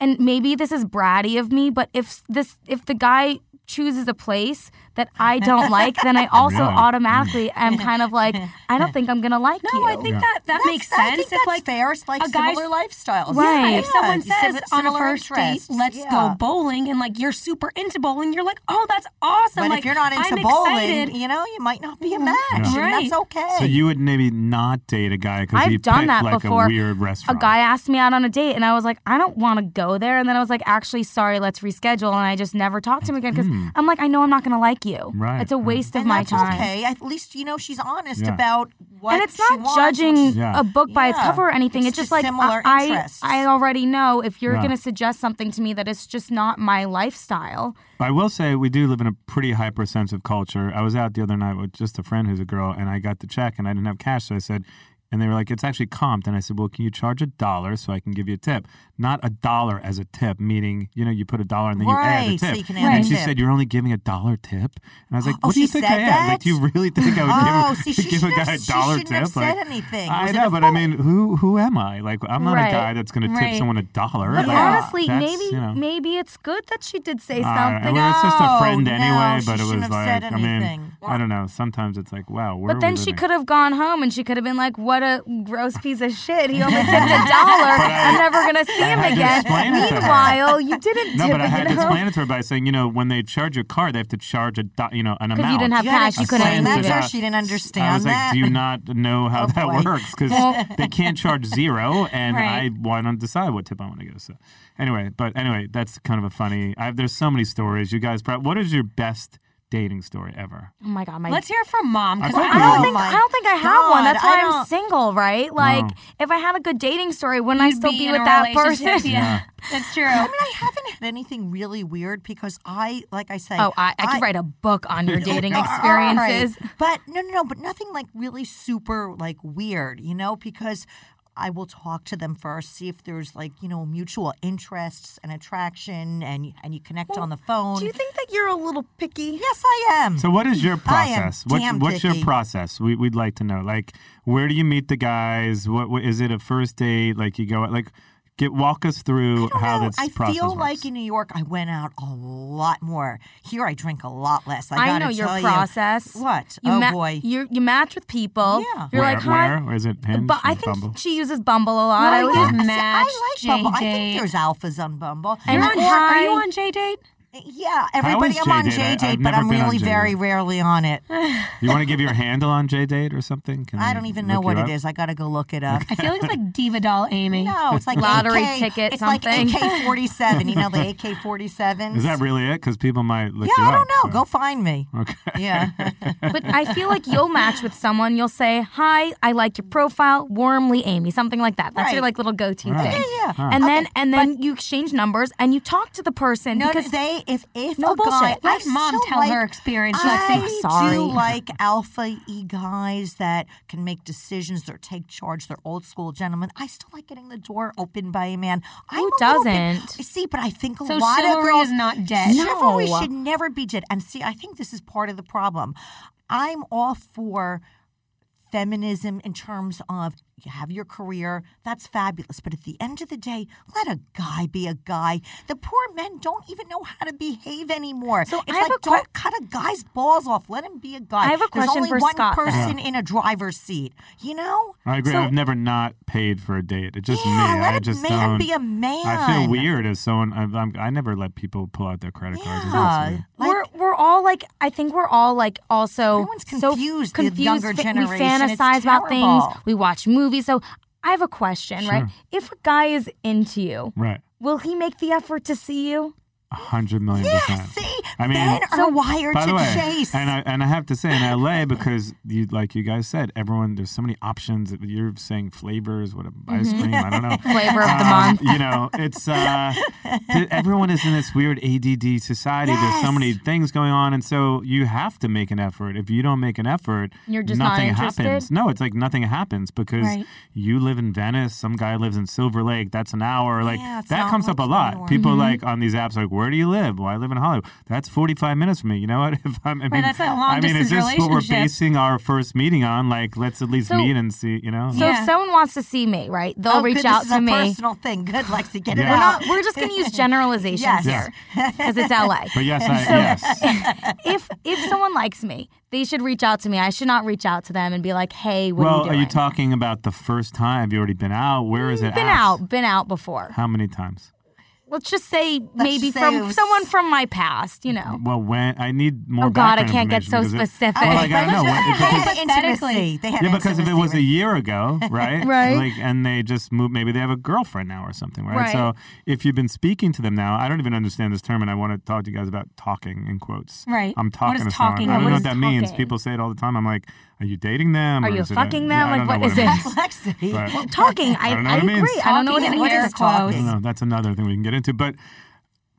G: and maybe this is bratty of me, but if s- this if the guy
K: chooses a place that I don't like, then I also
I: Really?
K: automatically am kind of like, I don't think I'm gonna like
A: No,
K: you.
A: I think that that makes sense.
J: I think
A: if
J: that's
A: like
J: fair. It's like
A: a guy's-
J: similar lifestyles.
K: Right.
A: Yeah, if someone
J: Yeah,
A: says
J: simi-
A: on a
J: similar
A: first date,
J: interests.
A: let's
J: Yeah.
A: go bowling, and like you're super into bowling, you're like, oh, that's awesome.
J: But
A: like
J: if you're not into
A: I'm
J: bowling,
A: excited.
J: you know, you might not be a match.
A: Right.
J: And that's okay.
I: So you would maybe not date a guy because he
K: I've done
I: picked
K: that
I: like
K: before.
I: a weird
K: a
I: restaurant.
K: guy asked me out on a date and I was like, I don't want to go there. And then I was like, actually, sorry, let's reschedule. And I just never talked to him again because I'm like, I know I'm not going to like you.
I: Right,
K: It's a
I: right.
K: waste of
J: and
K: my
J: that's
K: time.
J: okay. At least you know she's honest
I: Yeah.
J: about what
K: and it's
J: she
K: not
J: wants, what
K: judging
J: she's-
I: Yeah.
K: a book by its
J: Yeah.
K: cover or anything. It's,
J: It's
K: just,
J: just
K: like
J: similar
K: I,
J: interests.
K: I, I already know if you're
I: Right.
K: going to suggest something to me that it's just not my lifestyle.
I: I will say we do live in a pretty hypersensitive culture. I was out the other night with just a friend who's a girl, and I got the check, and I didn't have cash, so I said, and they were like, "It's actually comped," and I said, "Well, can you charge a dollar so I can give you a tip? Not a dollar as a tip, meaning you know you put a dollar and then you add a
J: Right, so
I: tip."
J: you can add
I: and
K: a
I: she
J: tip.
I: said, "You're only giving a dollar tip," and I was like,
J: Oh,
I: "What do you
J: she
I: think
J: said
I: I am? Like,
J: that?
I: do you really think I
J: Oh,
I: would
J: see,
I: give,
J: she
I: give a
J: shouldn't
I: guy a
J: have- she
I: dollar
J: shouldn't
I: tip?"
J: have
I: Like,
J: said anything.
I: I
J: Was it
I: know,
J: a
I: but I
J: fault?
I: mean, who who am I? Like, I'm not
K: Right,
I: a guy that's going to
A: right.
I: tip someone a dollar.
K: But
I: Like,
K: honestly,
I: that's,
K: maybe
I: you know.
K: maybe it's good that she did say
I: Uh, I-
K: something.
I: well, it's just a friend
J: oh, No,
I: anyway,
J: she
I: but it
J: shouldn't
I: was
J: have
I: like,
J: said
I: I mean,
J: anything.
I: I don't know. Sometimes it's like, wow, where
K: But then she could have gone home and she could have been like, "What a gross piece of shit! He only tipped a dollar. I'm never gonna see him
I: had to
K: again."
I: explain it to her.
K: Meanwhile, you didn't
I: No,
K: tip,
I: but I had
K: you
I: to
K: know?
I: explain it to her by saying, you know, when they charge your car, they have to charge a, do- you know, an amount.
K: because you didn't have
J: You gotta
K: cash, you couldn't
J: explain
K: leave
J: that Oh
K: it.
J: to her. She didn't
I: I was
J: understand
I: like,
J: that.
I: do you not know how
J: Oh,
I: that
J: boy.
I: works? Because they can't charge zero, and
A: Right.
I: I want to decide what tip I want to go. So, anyway, but anyway, that's kind of a funny. I, there's so many stories. You guys, prob- what is your best dating story ever?
K: Oh my god, my.
A: Let's hear from mom because
I: I
A: I
I: think-
K: I don't
I: Oh
K: think
J: my
K: I don't think I have one.
J: God,
K: That's why
J: I
K: I'm
J: don't-
K: single, right? Like, if I had a good dating story, wouldn't I
A: You'd
K: still
A: be
K: be
A: in
K: with
A: a
K: that person?
A: relationship, Yeah, that's true.
J: I mean, I haven't had anything really weird because I, like I say,
K: Oh, I, I could write a book on your dating experiences.
J: Right. But no, no, no. But nothing like really super like weird, you know, because. I will talk to them first, see if there's like you know mutual interests and attraction, and and you connect on the phone.
K: Do you think that you're a little picky?
J: Yes, I uh, am.
I: So what is your
J: I am
I: process? What's
J: damn
I: what's your
J: picky.
I: process? We we'd like to know. Like where do you meet the guys? What, what is it a first date? Like you go like get walk us through
J: don't
I: how
J: know.
I: this
J: I
I: process
J: feel
I: works.
J: like in New York, I went out a lot more. Here, I drink a lot less. I,
K: I
J: gotta
K: know your
J: tell you.
K: process.
J: What?
K: You
J: oh
K: ma-
J: boy.
K: You you match with people.
J: Yeah.
K: You're
I: where,
K: like hi.
I: where? Or is it Hinge?
K: But I
I: or
K: think
I: Bumble?
K: she uses Bumble a lot. I
A: Well,
K: was
A: yeah.
J: I-
A: Match,
J: I like Bumble. I
A: J-Date.
J: think there's alphas on Bumble.
A: You're
K: And You're
A: on
K: on
A: Hi- Are you
K: high.
A: on J date?
J: yeah,
I: is
J: everybody. I'm on
I: J-Date? I-
J: JJ,
I: I've
J: but
I: never
J: I'm
I: been on
J: really
I: J-Date.
J: very rarely on it.
I: you want to give your handle on J date or something? Can
J: I
I: we
J: don't even know
I: look
J: what
I: you up?
J: it is. I gotta go look it up.
A: I feel like it's like diva doll Amy.
J: No, it's like
K: Lottery
J: AK,
K: ticket,
J: It's
K: something.
J: like AK forty seven. You know the AK forty seven.
I: Is that really it? Because people might look you
J: Yeah,
I: up,
J: I don't know.
I: so-
J: Go find me.
I: Okay.
J: Yeah.
K: but I feel like you'll match with someone. You'll say hi. I like your profile. Warmly, Amy. Something like that. That's your
J: Right.
K: like little go-to
I: Right.
K: thing.
J: Yeah, yeah.
K: And then and then you exchange numbers and you talk to the person
J: No,
K: because
J: because they if if
K: No
J: a guy,
K: bullshit.
J: I
A: Let mom
J: still
A: tell
J: like,
A: her experience,
J: I
A: Lexi.
K: Sorry.
J: do like alpha e guys that can make decisions or take charge. They're old school gentlemen. I still like getting the door opened by a man. I'm
K: Who
J: a little bit-
K: doesn't?
J: see, but I think a
A: So
J: lot of
A: chivalry
J: girls
A: is not dead.
J: Chivalry
K: No.
J: should never be dead. And see, I think this is part of the problem. I'm all for feminism in terms of you have your career, that's fabulous. But at the end of the day, let a guy be a guy. The poor men don't even know how to behave anymore.
K: So
J: it's
K: I have
J: like
K: a que-
J: don't cut a guy's balls off. Let him be a guy.
K: I have a
J: There's
K: question
J: only
K: for
J: one
K: Scott, then.
J: person in a driver's seat. You know?
I: I agree.
K: So-
I: I've never not paid for a date. It's just
J: Yeah,
I: me.
J: let
I: I
J: a
I: just
J: man
I: don't.
J: be a
I: I feel
J: man.
I: weird as someone. I, I'm, I never let people pull out their credit cards. It
J: Yeah.
I: feels weird.
J: Like-
K: we're we're all like I think we're all like also
J: Everyone's
K: so
J: confused, the
K: confused.
J: younger
K: fa- We
J: generation. It's
K: fantasize about things.
J: terrible.
K: We watch movies. So I have a question, right? If a guy is into you,
I: Right.
K: will he make the effort to see you?
I: A hundred million
J: Yeah,
I: percent.
J: see?
I: I mean,
J: men are wired
I: by
J: to
I: the way,
J: chase.
I: and I and I have to say in LA because you like you guys said everyone there's so many options. You're saying flavors, what ice
J: Mm-hmm.
I: cream? I don't know.
K: Flavor of the
I: Um,
K: month.
I: You know, it's uh, th- everyone is in this weird ADD society. There's so
J: Yes.
I: many things going on, and so you have to make an effort. If you don't make an effort,
K: You're just not
I: nothing
K: interested?
I: happens. No, it's like nothing happens because
A: Right.
I: you live in Venice. Some guy lives in Silver Lake. That's an hour. Like
J: Yeah, it's
I: that
J: not
I: comes up a
J: like New
I: lot.
J: York.
I: People like on these apps, like where do you live? Well, I live in Hollywood. That's 45 minutes for me. You know what? If I'm, I mean,
A: Right, that's a
I: I mean,
A: long-distance
I: is this what we're
A: relationship.
I: basing our first meeting on? Like, let's at least
K: So-
I: meet and see, you know?
K: So if someone wants to see me, right, they'll
J: Oh,
K: reach
J: good,
K: out
J: this is
K: to
J: a
K: me.
J: personal thing. Good, Lexi, get
I: Yeah.
J: it
K: We're
J: out.
K: not. We're just going to use generalizations
J: Yes.
K: here because it's LA.
I: But yes, I-
K: So
I: yes.
K: if if someone likes me, they should reach out to me. I should not reach out to them and be like, "Hey, what
I: well,
K: are you doing?" Mm,
I: you talking about the first time? Have you already been out? Where is it?
K: been
I: asked?
K: out, been out before.
I: How many times?
K: Let's just say maybe
J: just say it
K: from
J: was-
K: someone from my past. You know,
I: Well, when I need more.
K: Oh, God, I
I: background
K: can't get
I: information
K: so
I: because it-
K: specific.
I: well, I gotta
J: But
I: know. what-
J: let's just-
I: because-
J: they had
K: Hypothetically.
J: intimacy. They had
I: yeah, because if it
J: intimacy
I: was a
J: with-
I: year ago, right?
K: Right.
I: Like, and they just moved, maybe they have a girlfriend now or something, right?
K: Right.
I: So if you've been speaking to them now, I don't even understand this term, and I want to talk to you guys about talking in quotes.
A: Right.
I: I'm
A: What
I: talking
A: is
I: to someone.
A: talking
I: I
A: or
I: don't
A: what
I: know what
A: is
I: that means.
K: talking?
I: People say it all the time. I'm like, are you dating them?
K: Are
I: or
K: you
I: is it a- Yeah,
K: fucking them?
I: I
K: Like,
I: don't
K: what
I: know
K: is
I: it?
K: it?
I: means,
J: Lexi.
I: but-
K: talking. I,
I: I don't know
K: I,
I: what it
K: agree.
I: means.
K: I don't know what it means.
J: Talking, what
I: I
J: is
I: don't
J: talking?
I: know. That's another thing we can get into. But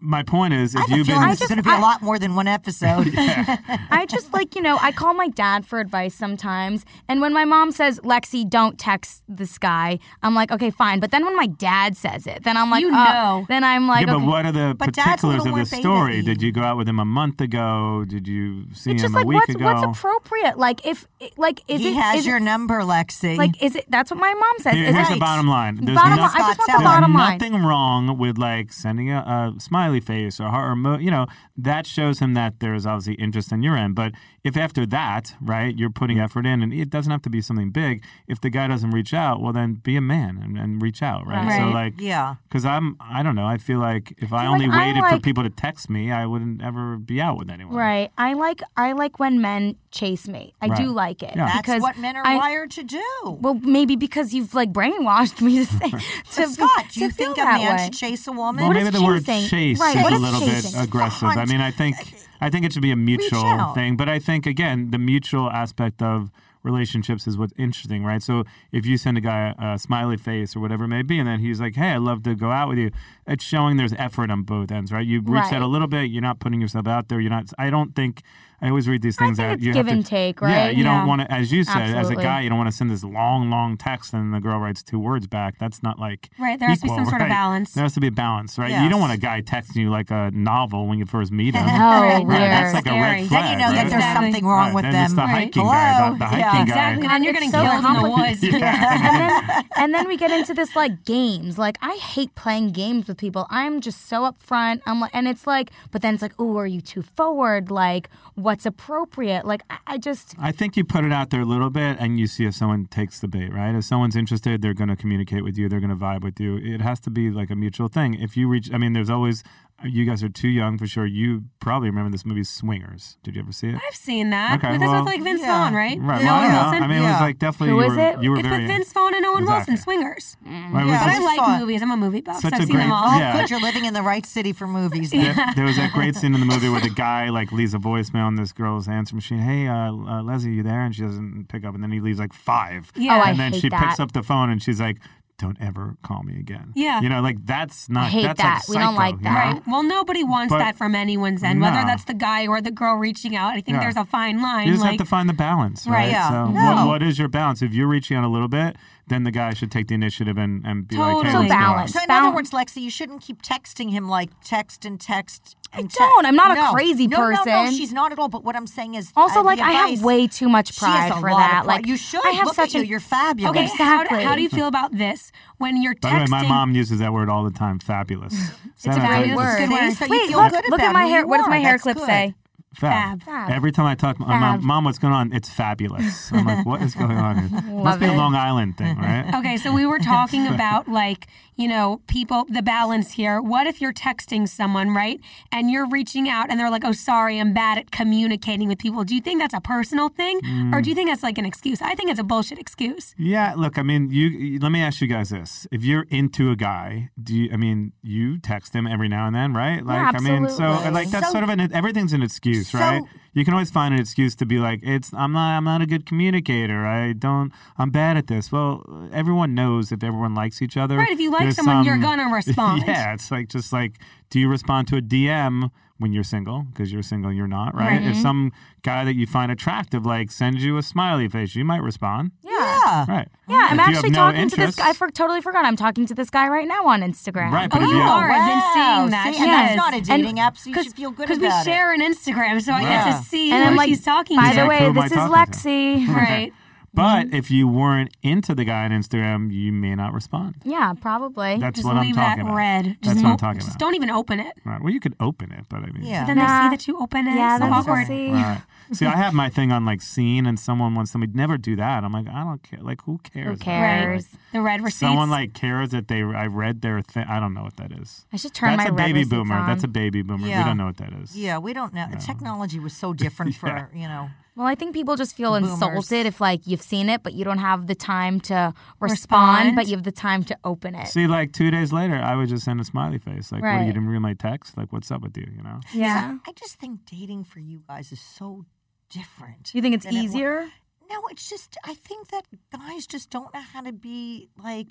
I: my point is,
J: I
I: if
J: have a
I: you've been,
J: feeling this
K: just-
J: is going to be a
K: I-
J: lot more than one episode.
K: I just like, you know, I call my dad for advice sometimes. And when my mom says, Lexi, don't text this guy, I'm like, okay, fine. But then when my dad says it, then I'm like,
A: You
K: oh,
A: know.
K: then I'm like,
I: yeah, but
K: okay.
I: what are the
J: But dad's a
I: particulars
J: little
I: of
J: more
I: the story?
J: baby.
I: Did you go out with him a month ago? Did you see
K: it's
I: him
K: just
I: a
K: like
I: week
K: what's
I: ago?
K: what's appropriate? Like if like is
J: he
K: it
J: has
K: is it-
J: your number, Lexi.
K: like is it that's what my mom says.
I: Here-
K: is
I: here's
K: it,
I: the bottom line. There's
K: bottom
I: no-
K: line. I just want the
J: Scott's
K: bottom
I: There's
K: line.
I: nothing wrong with like sending a, a smiley face or heart or mo- you know that shows him that there is obviously interest on your end. But if after that, right, you're putting
K: Mm-hmm.
I: effort in, and it doesn't have to be something big. If the guy doesn't reach out, well then be a man and, and reach out, right? So
A: Right.
I: like,
J: Yeah.
I: because I'm I don't know. I feel like if I
K: See,
I: only
K: like, I
I: waited for
K: like-
I: people to text me, I wouldn't ever be out with anyone.
K: Right. I like I like when men chase me. I do like it
I: Yeah.
J: That's
K: because
J: what men are
K: I,
J: wired to do.
K: Well, maybe because you've like brainwashed me to say to,
J: Scott,
K: to
J: do you
K: feel
J: think a
K: that
J: man
K: way.
J: should chase a woman?
I: Well,
K: What
I: maybe
K: is
I: the word
K: chasing?
I: chase
K: Right,
I: is
K: what
I: a
K: is
I: little
K: chasing?
I: bit aggressive. I
J: Hunt.
I: mean, I think I think it should be a mutual
J: out.
I: thing, but I think again the mutual aspect of relationships is what's interesting, right? So if you send a guy a smiley face or whatever it may be, and then he's like, "Hey, I'd love to go out with you," it's showing there's effort on both ends, right? You reach out
K: Right.
I: a little bit, you're not putting yourself out there. You're not. I don't think. I always read these
K: I
I: things
K: think
I: out.
K: it's
I: you
K: give
I: have
K: and
I: to-
K: take,
I: Yeah,
K: right?
I: you don't
A: Yeah.
I: want to, as you said, as a
K: Absolutely.
I: guy, you don't want to send this long, long text and the girl writes two words back. That's not like
A: Right, there has to be
I: equal,
A: some sort of
I: right?
A: balance.
I: There has to be a balance, right? You don't
J: Yes.
I: want a guy texting you like a novel when you first meet him.
K: Oh,
A: Right,
I: Right, that's
K: weird.
I: like a
A: Scary.
I: red flag.
J: then you know that
I: right?
J: there's
A: Exactly.
J: something wrong
I: Right,
J: with
I: then
J: them.
I: It's the
A: Right.
I: hiking guy.
J: Hello?
I: The, the
J: Yeah.
I: hiking guy.
A: Exactly. Then you're
K: It's
A: getting
K: so
A: killed in the woods.
K: complicated. and, then, and then we get into this like games. Like I hate playing games with people. I'm just so upfront. I'm like, and it's like, but then it's like, oh, are you too forward? Like, what's appropriate? Like, I, I just
I: I think you put it out there a little bit and you see if someone takes the bait, right? If someone's interested, they're going to communicate with you, they're going to vibe with you. It has to be like a mutual thing. If you reach, I mean, there's always, you guys are too young for sure. You probably remember this movie, Swingers. Did you ever see it?
A: I've seen that. but
I: Okay,
A: this
I: well-
A: was like Vince
J: Yeah.
A: Vaughn, right?
I: Right.
A: And
I: Well, I
A: Owen
I: don't know.
A: Wilson.
I: I mean, it was
J: Yeah.
I: like definitely
K: Who
I: you
K: is
I: were,
K: it?
I: you were
A: it's
I: very
A: with Vince Vaughn and Owen
I: Exactly.
A: Wilson, swingers.
I: Right, it was
J: Yeah.
A: But
I: this-
A: I like
J: Saw it.
A: movies. I'm a movie buff,
I: Such
A: so
I: a
A: I've seen
I: great-
A: them all.
J: Oh,
I: Yeah.
J: good. You're living in the right city for movies. Then.
I: there, there was that great scene in the movie where the guy like leaves a voicemail on this girl's answer machine. Hey, uh, uh, Leslie, you there? And she doesn't pick up, and then he leaves like five.
A: Yeah. Oh, I
I: and then
K: hate
I: she picks
K: that.
I: up the phone and she's like, "Don't ever call me again."
A: Yeah.
I: you know, like that's not.
K: I hate
I: that's
K: that.
I: Like
K: We don't
I: psycho,
K: like
I: you
K: that.
I: know?
A: Right. Well, nobody wants
I: But-
A: that from anyone's end, whether
I: No.
A: that's the guy or the girl reaching out. I think
I: Yeah.
A: there's a fine line.
I: You just
A: like,
I: have to find the balance, right?
A: Right,
J: yeah.
I: So
J: No.
I: what, what is your balance? If you're reaching out a little bit, then the guy should take the initiative and, and be like, "Hey,
A: Totally.
I: let's go out."
K: Balance.
J: So in
K: Found-
J: other words, Lexi, you shouldn't keep texting him like text and text. And text.
K: don't. I'm not a
J: No.
K: crazy
J: no, No, no,
K: person.
J: she's not at all. But what I'm saying is,
K: also
J: uh, the
K: like I have
J: advice-
K: way too much
J: She has
K: pride
J: a
K: for
J: lot of
K: that.
J: pride.
K: Like
J: you should.
K: I have
J: Look
K: such
J: at
K: an
J: you. You're fabulous.
A: okay, how, do,
K: Exactly.
A: how do you feel about this when you're texting?
I: By the way, my mom uses that word all the time. Fabulous. it's
A: a fabulous
K: word.
J: See,
A: word.
J: So you
K: Wait,
J: feel
K: look,
J: good
K: look
J: about
K: at my
J: who
K: hair.
J: you
K: What does
J: are.
K: my hair
J: That's
K: clip
J: good.
K: say?
I: Fab.
K: Fab.
I: Every time I talk to my mom,
K: Fab.
I: mom, what's going on? It's fabulous. I'm like, what is going on here? Must be a
K: it.
I: Long Island thing, right?
A: Okay, so we were talking about like, you know, people, the balance here. What if you're texting someone, right? And you're reaching out and they're like, oh, sorry, I'm bad at communicating with people. Do you think that's a personal thing
I: Mm.
A: or do you think that's like an excuse? I think it's a bullshit excuse.
I: Yeah, look, I mean, you, you- let me ask you guys this. If you're into a guy, do you I mean, you text him every now and then, right? Like, I mean, so
K: absolutely.
I: like that's
J: So-
I: sort of an everything's an excuse,
J: So-
I: right? You can always find an excuse to be like, it's I'm not I'm not a good communicator. I don't I'm bad at this. Well, everyone knows if everyone likes each other.
A: Right, if you like
I: there's
A: someone, you're
I: some-
A: gonna respond.
I: Yeah, it's like just like do you respond to a DM when you're single because you're single, you're not, right?
J: Right.
I: If some guy that you find attractive like sends you a smiley face, you might respond.
J: Yeah.
I: Right.
K: Yeah, I'm
I: If you have
K: actually
I: no
K: talking to this
I: interest-
K: guy. I for, totally forgot. I'm talking to this guy right now on Instagram.
I: Right, but
K: oh,
I: if
K: you
I: you-
K: are. I've been
J: Wow,
K: seeing that.
J: see, and that's
K: yes.
J: not a dating app, so you
K: cause,
J: should feel good
K: Because we
J: about it.
K: share an Instagram, so I get
J: Yeah.
K: to see
J: And
K: who
J: I'm like,
K: she's talking
I: by
K: to.
I: the way, Ah, Who am I this is talking to?
K: Lexi. Right.
I: But if you weren't into the guy on Instagram, you may not respond.
K: Yeah, probably.
I: That's
K: Just
I: what I'm
K: leave that
I: talking about.
K: red.
I: That's
K: Just
I: what I'm
K: mo-
I: talking
K: just
I: about.
K: don't even open it.
I: Right. Well, you could open it, but I mean,
K: But then they
A: Nah.
K: see that you open it.
A: Yeah,
K: so
A: that's
K: awkward.
A: messy.
I: Right. See, I have my thing on like scene, and someone wants somebody never do that. I'm like, I don't care. Like, who cares?
K: Who
I: man? Like,
K: cares? The red receipts.
I: Someone like cares that they I read their thing. I don't know what that is.
K: I should turn
I: That's
K: my
I: a
K: red
I: baby
K: receipts
I: boomer. That's a
K: on.
I: baby boomer. We
J: Yeah.
I: don't know what that is.
J: Yeah, we don't know. Technology was so different for, you know.
K: Well, I think people just feel
J: Boomers.
K: insulted if like you've seen it, but you don't have the time to respond,
A: Respond.
K: but you have the time to open it.
I: Eh. See, like two days later, I would just send a smiley face. Like, what,
K: Right.
I: you didn't read my text? Like, what's up with you? You know?
K: yeah.
J: I just think dating for you guys is so different.
K: You think it's
J: than it wa-
K: easier?
J: no, it's just I think that guys just don't know how to be like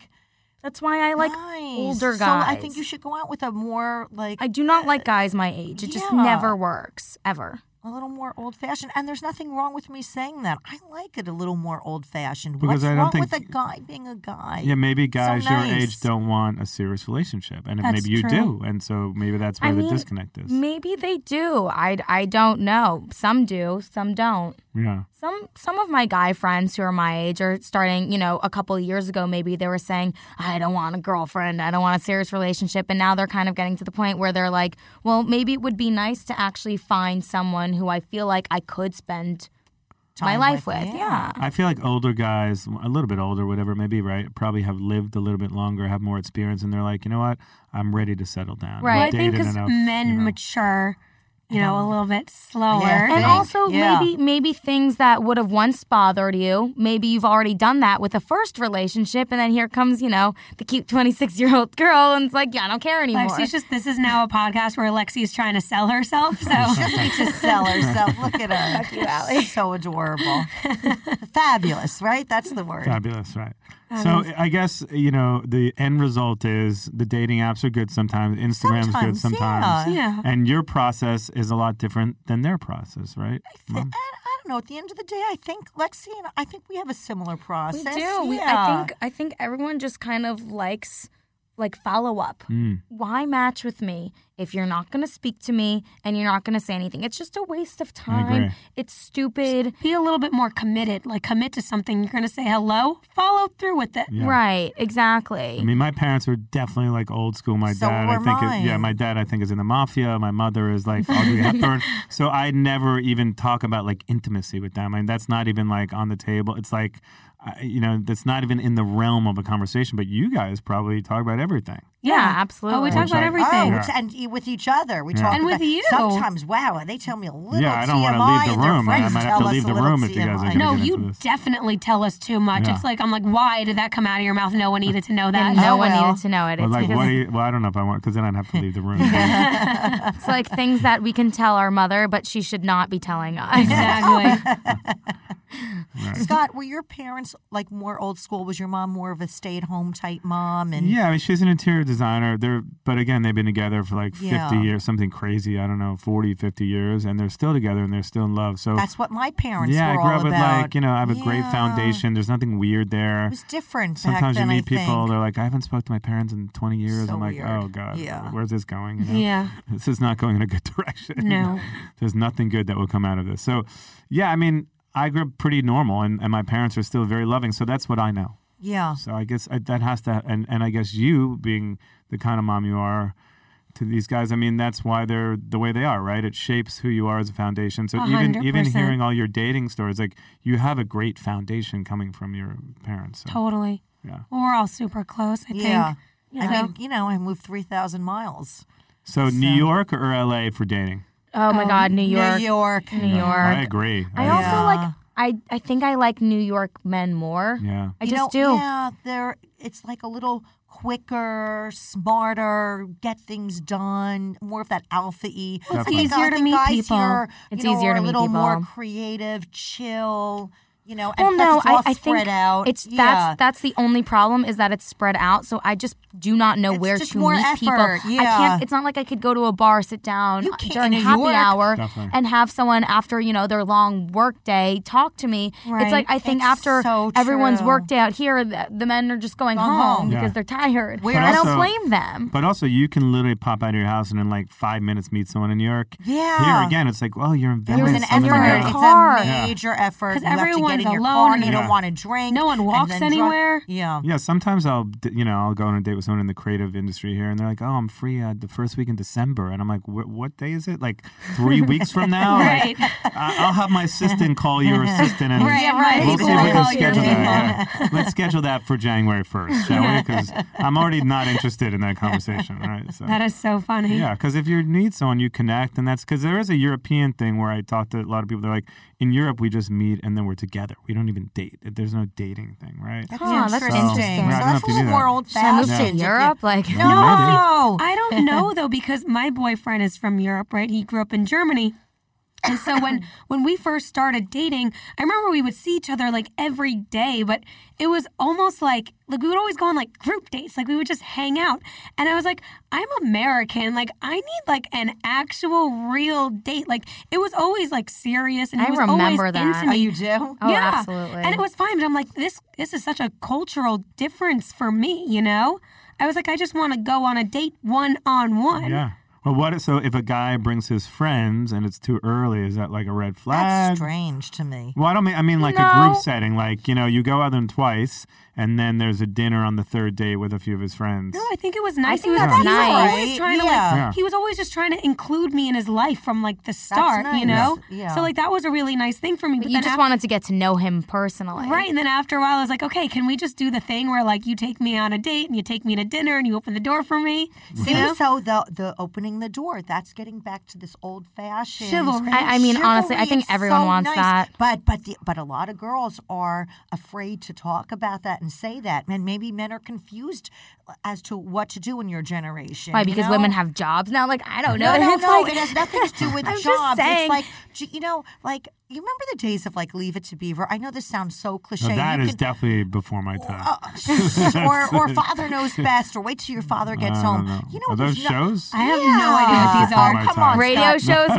K: That's why I like
J: nice.
K: older guys.
J: So I think you should go out with a more like
K: I do not like guys my age. It just
J: Uh, Yeah.
K: never works ever.
J: a little more old fashioned. And there's nothing wrong with me saying that. I like it a little more old fashioned.
I: Because
J: What's
I: I don't
J: wrong
I: think-
J: with a guy being a guy?
I: Yeah, maybe guys your
J: nice.
I: age don't want a serious relationship, and if
K: That's
I: maybe you
K: true.
I: do, and so maybe that's where
K: I
I: the
K: mean,
I: disconnect is.
K: Maybe they do. I, I don't know. Some do, some don't.
I: yeah.
K: Some some of my guy friends who are my age are starting, you know, a couple of years ago maybe they were saying, I don't want a girlfriend, I don't want a serious relationship, and now they're kind of getting to the point where they're like, well, maybe it would be nice to actually find someone who I feel like I could spend my
J: Time
K: life
J: with,
K: with.
J: yeah.
K: Yeah.
I: I feel like older guys, a little bit older, whatever, maybe, right? Probably have lived a little bit longer, have more experience, and they're like, you know what? I'm ready to settle down.
K: Right.
I: I've
K: Well,
A: I think
I: dated
A: because
I: enough,
A: men
I: you know.
A: mature, you know, a little bit slower.
J: Yeah.
K: And
J: think.
K: also
J: Yeah.
K: maybe maybe things that would have once bothered you, maybe you've already done that with a first relationship, and then here comes you know the cute twenty six year old girl, and it's like yeah, I don't care anymore.
A: Lexi's just this is now a podcast where Lexi's trying to sell herself. So
J: She just needs to sell herself. Look at her. Fuck you, Allie. So adorable. Fabulous, right? That's the word.
I: Fabulous, right? So I guess you know the end result is the dating apps are good sometimes, Instagram's good
J: Sometimes,
I: sometimes,
A: yeah. Yeah.
I: and your process is a lot different than their process, right?
J: I, I don't know. At the end of the day, I think Lexi and I think we have a similar
K: we
J: process.
K: do. We, I
J: Yeah.
K: think I think everyone just kind of likes like follow up. Why match with me if you're not going to speak to me and you're not going to say anything? It's just a waste of time.
I: agree.
K: It's stupid.
A: be a little bit more committed. Like commit to something. You're going to say hello, follow through with it.
I: Yeah.
K: Right. Exactly.
I: I mean, my parents were definitely like old school. My
J: So
I: dad, I
J: were
I: think, Is, yeah,
J: mine.
I: my dad, I think, is in the mafia. My mother is like Audrey Hepburn. So I never even talk about like intimacy with them. I mean, that's not even like on the table. It's like, I- you know, that's not even in the realm of a conversation. But you guys probably talk about everything.
K: yeah,
A: Yeah.
K: absolutely.
A: Oh, we talk
I: Which
A: about
I: I-
A: everything.
J: Oh,
I: Yeah.
J: which- and e- with each other, we talk
A: And with
J: about-
A: you.
J: Sometimes, wow, they tell me a little.
I: Yeah, I don't
J: want
I: wanna
J: to
I: leave the room. I might have to leave the room if you guys are gonna
A: No,
I: get into
A: you
I: this.
A: definitely tell us too much.
I: Yeah.
A: It's like I'm like, why did that come out of your mouth? No one needed to know that.
K: And no
J: Oh,
K: one
J: well.
K: needed to know it.
I: Or,
K: It's
I: like,
K: because
I: what do you, well, I don't know if I want, because then I'd have to leave the room.
K: It's like things that we can tell our mother, but she should not be telling us.
A: Exactly.
J: Scott, were your parents like more old school? Was your mom more of a stay-at-home type mom? And
I: Yeah, I mean, she's an interior designer. They're, but again, they've been together for like 50
J: Yeah.
I: years, something crazy. I don't know, 40, 50 years, and they're still together and they're still in love. So
J: that's what my parents
I: yeah, I
J: were
I: grew
J: all
I: up with
J: about.
I: like you know, I have a great
J: Yeah.
I: foundation. There's nothing weird there.
J: It was different back
I: Sometimes
J: then,
I: you
J: I
I: meet people,
J: think.
I: they're like, I haven't spoke to my parents in 20 years.
J: So
I: I'm like,
J: weird.
I: oh god,
J: Yeah.
I: where's this going? You know?
A: yeah.
I: this is not going in a good direction.
A: No.
I: There's nothing good that will come out of this. So, yeah, I mean, I grew up pretty normal, and, and my parents are still very loving. So that's what I know.
J: Yeah.
I: So I guess I, that has to, and, and I guess you being the kind of mom you are to these guys, I mean, that's why they're the way they are, right? It shapes who you are as a foundation. So
A: A
I: even
A: hundred
I: even
A: percent.
I: hearing all your dating stories, like you have a great foundation coming from your parents. So,
A: Totally.
I: Yeah.
A: Well, we're all super close. I
J: Yeah.
A: think.
J: I
A: So-
J: mean, you know, I moved 3,000 miles.
I: so New York or LA for dating?
K: Oh my God, New York.
J: New York.
K: New York.
I: I agree.
K: I
I: agree.
K: also
J: Yeah.
K: like, I, I think I like New York men more.
I: yeah.
K: I
J: You
K: just
J: know,
K: do.
J: Yeah, they're, it's like a little quicker, smarter, get things done, more of that alpha E.
A: Well, it's
J: I think-
A: easier
J: I
A: to
J: think
A: meet
J: guys
A: people.
J: Here, you
K: It's
J: know,
K: easier
J: are
K: to
J: a
K: meet
J: little more
K: people.
J: creative, chill.
G: you know,
J: well,
G: and plus
J: no,
G: it's all
J: I, I
G: spread
J: think
G: out.
J: it's
G: Yeah.
J: that's that's the only problem is that it's spread out. So I just do not know where
G: just
J: to
G: more
J: meet people.
G: effort,
J: I
G: yeah.
J: can't. It's not like I could go to a bar, sit down uh,
G: You can't-
J: during
G: in New
J: happy
G: York.
J: hour,
G: Definitely.
J: and have someone after you know their long work day talk to me.
G: Right.
J: It's like I think
G: It's
J: after
G: so
J: everyone's
G: true.
J: work day out here, the, the men are just going
G: Go
J: home,
G: home.
J: because
I: Yeah.
J: they're tired.
I: But
J: I don't
I: also-
J: blame them.
I: But also, you can literally pop out of your house and in like five minutes meet someone in New York.
G: Yeah.
I: Here again, it's like, well, you're in
G: It was
I: Venice.
G: an
I: I'm in
G: effort.
I: New
G: It's
I: York.
G: a
I: Yeah.
G: major effort.
K: Because
G: You have to get
K: everyone's
G: in your
K: alone
G: car
K: and
G: you
I: Yeah.
G: don't want to drink.
K: No one
G: and
K: walks
G: then drug-
K: anywhere.
G: Yeah.
I: Yeah, sometimes I'll d- you know I'll go on a date with someone in the creative industry here, and they're like, "Oh, I'm free uh, the first week in December," and I'm like, "Wh- "What day is it? Like three weeks from now? Like,
K: Right.
I: I- I'll have my assistant call your assistant, and
G: Right, right.
I: we'll see if we
G: Call
I: can
G: your
I: schedule that.
G: assistant.
I: Yeah. Let's schedule that for January first, shall we? Because I'm already not interested in that conversation, right? So.
K: That is so funny.
I: Yeah, because if you need someone, you connect, and that's because there is a European thing where I talk to a lot of people. They're like, in Europe, we just meet and then we're together. We don't even date. There's no dating thing, right?
G: That's
J: Huh, that's
G: interesting.
I: Yeah,
J: interesting.
I: I
G: So
I: don't know
G: that's
I: if
G: a
I: you do
G: little
I: that.
G: more old
J: Should I move
G: fashioned.
J: to Europe? Like,
I: No, maybe.
G: No.
K: I don't know though because my boyfriend is from Europe, right? He grew up in Germany. And so when when we first started dating, I remember we would see each other like every day, but it was almost like like we would always go on like group dates, like we would just hang out. And I was like, I'm American, like I need like an actual real date. Like it was always like serious and
J: I
K: he was
J: remember
K: always
J: that.
K: into
G: Oh,
K: me.
G: you do?
J: Oh,
K: yeah.
J: absolutely.
K: And it was fine, but I'm like, this this is such a cultural difference for me, you know? I was like, I just want to go on a date one on one.
I: Yeah. Well, what? So if a guy brings his friends and it's too early, is that like a red flag?
G: That's strange to me.
I: Well, I don't mean. I mean like a
J: No.
I: group setting. Like you know, you go out with them twice, and then there's a dinner on the third day with a few of his friends.
K: No, I think it was nice.
J: think
K: he was,
J: that's
K: he was
J: nice.
K: always trying to
G: Yeah.
K: like,
I: Yeah.
K: he was always just trying to include me in his life from like the start,
G: nice.
K: you know?
G: Yeah.
K: So like that was a really nice thing for me. But,
J: But you
K: then
J: just
K: af-
J: wanted to get to know him personally,
K: Right, and then after a while, I was like, "Okay, can we just do the thing where like you take me on a date and you take me to dinner and you open the door for me?"
G: See, so the the opening the door, that's getting back to this old fashioned
K: Chivalry.
J: I- I mean, honestly, I think everyone wants that.
G: But but the, but a lot of girls are afraid to talk about that and say that, and maybe men are confused as to what to do in your generation.
J: Why?
G: you
J: Because
G: know?
J: women have jobs now. Like I don't know.
G: No, no,
J: It's
G: no.
J: like-
G: it has nothing to do with
J: I'm just
G: jobs.
J: saying.
G: It's like j- you know, like you remember the days of like Leave It to Beaver. I know this sounds so
I: Now,
G: cliche.
I: that
G: You
I: is
G: could-
I: definitely before my time.
G: or, or father knows best, or wait till your father gets
I: I
G: home.
I: don't know.
G: You know
I: Are
G: there's
I: those
G: no-
I: shows?
K: I have no idea what these
I: Before
K: are.
I: my
G: Come
I: time.
G: on,
J: radio
G: Scott.
J: shows,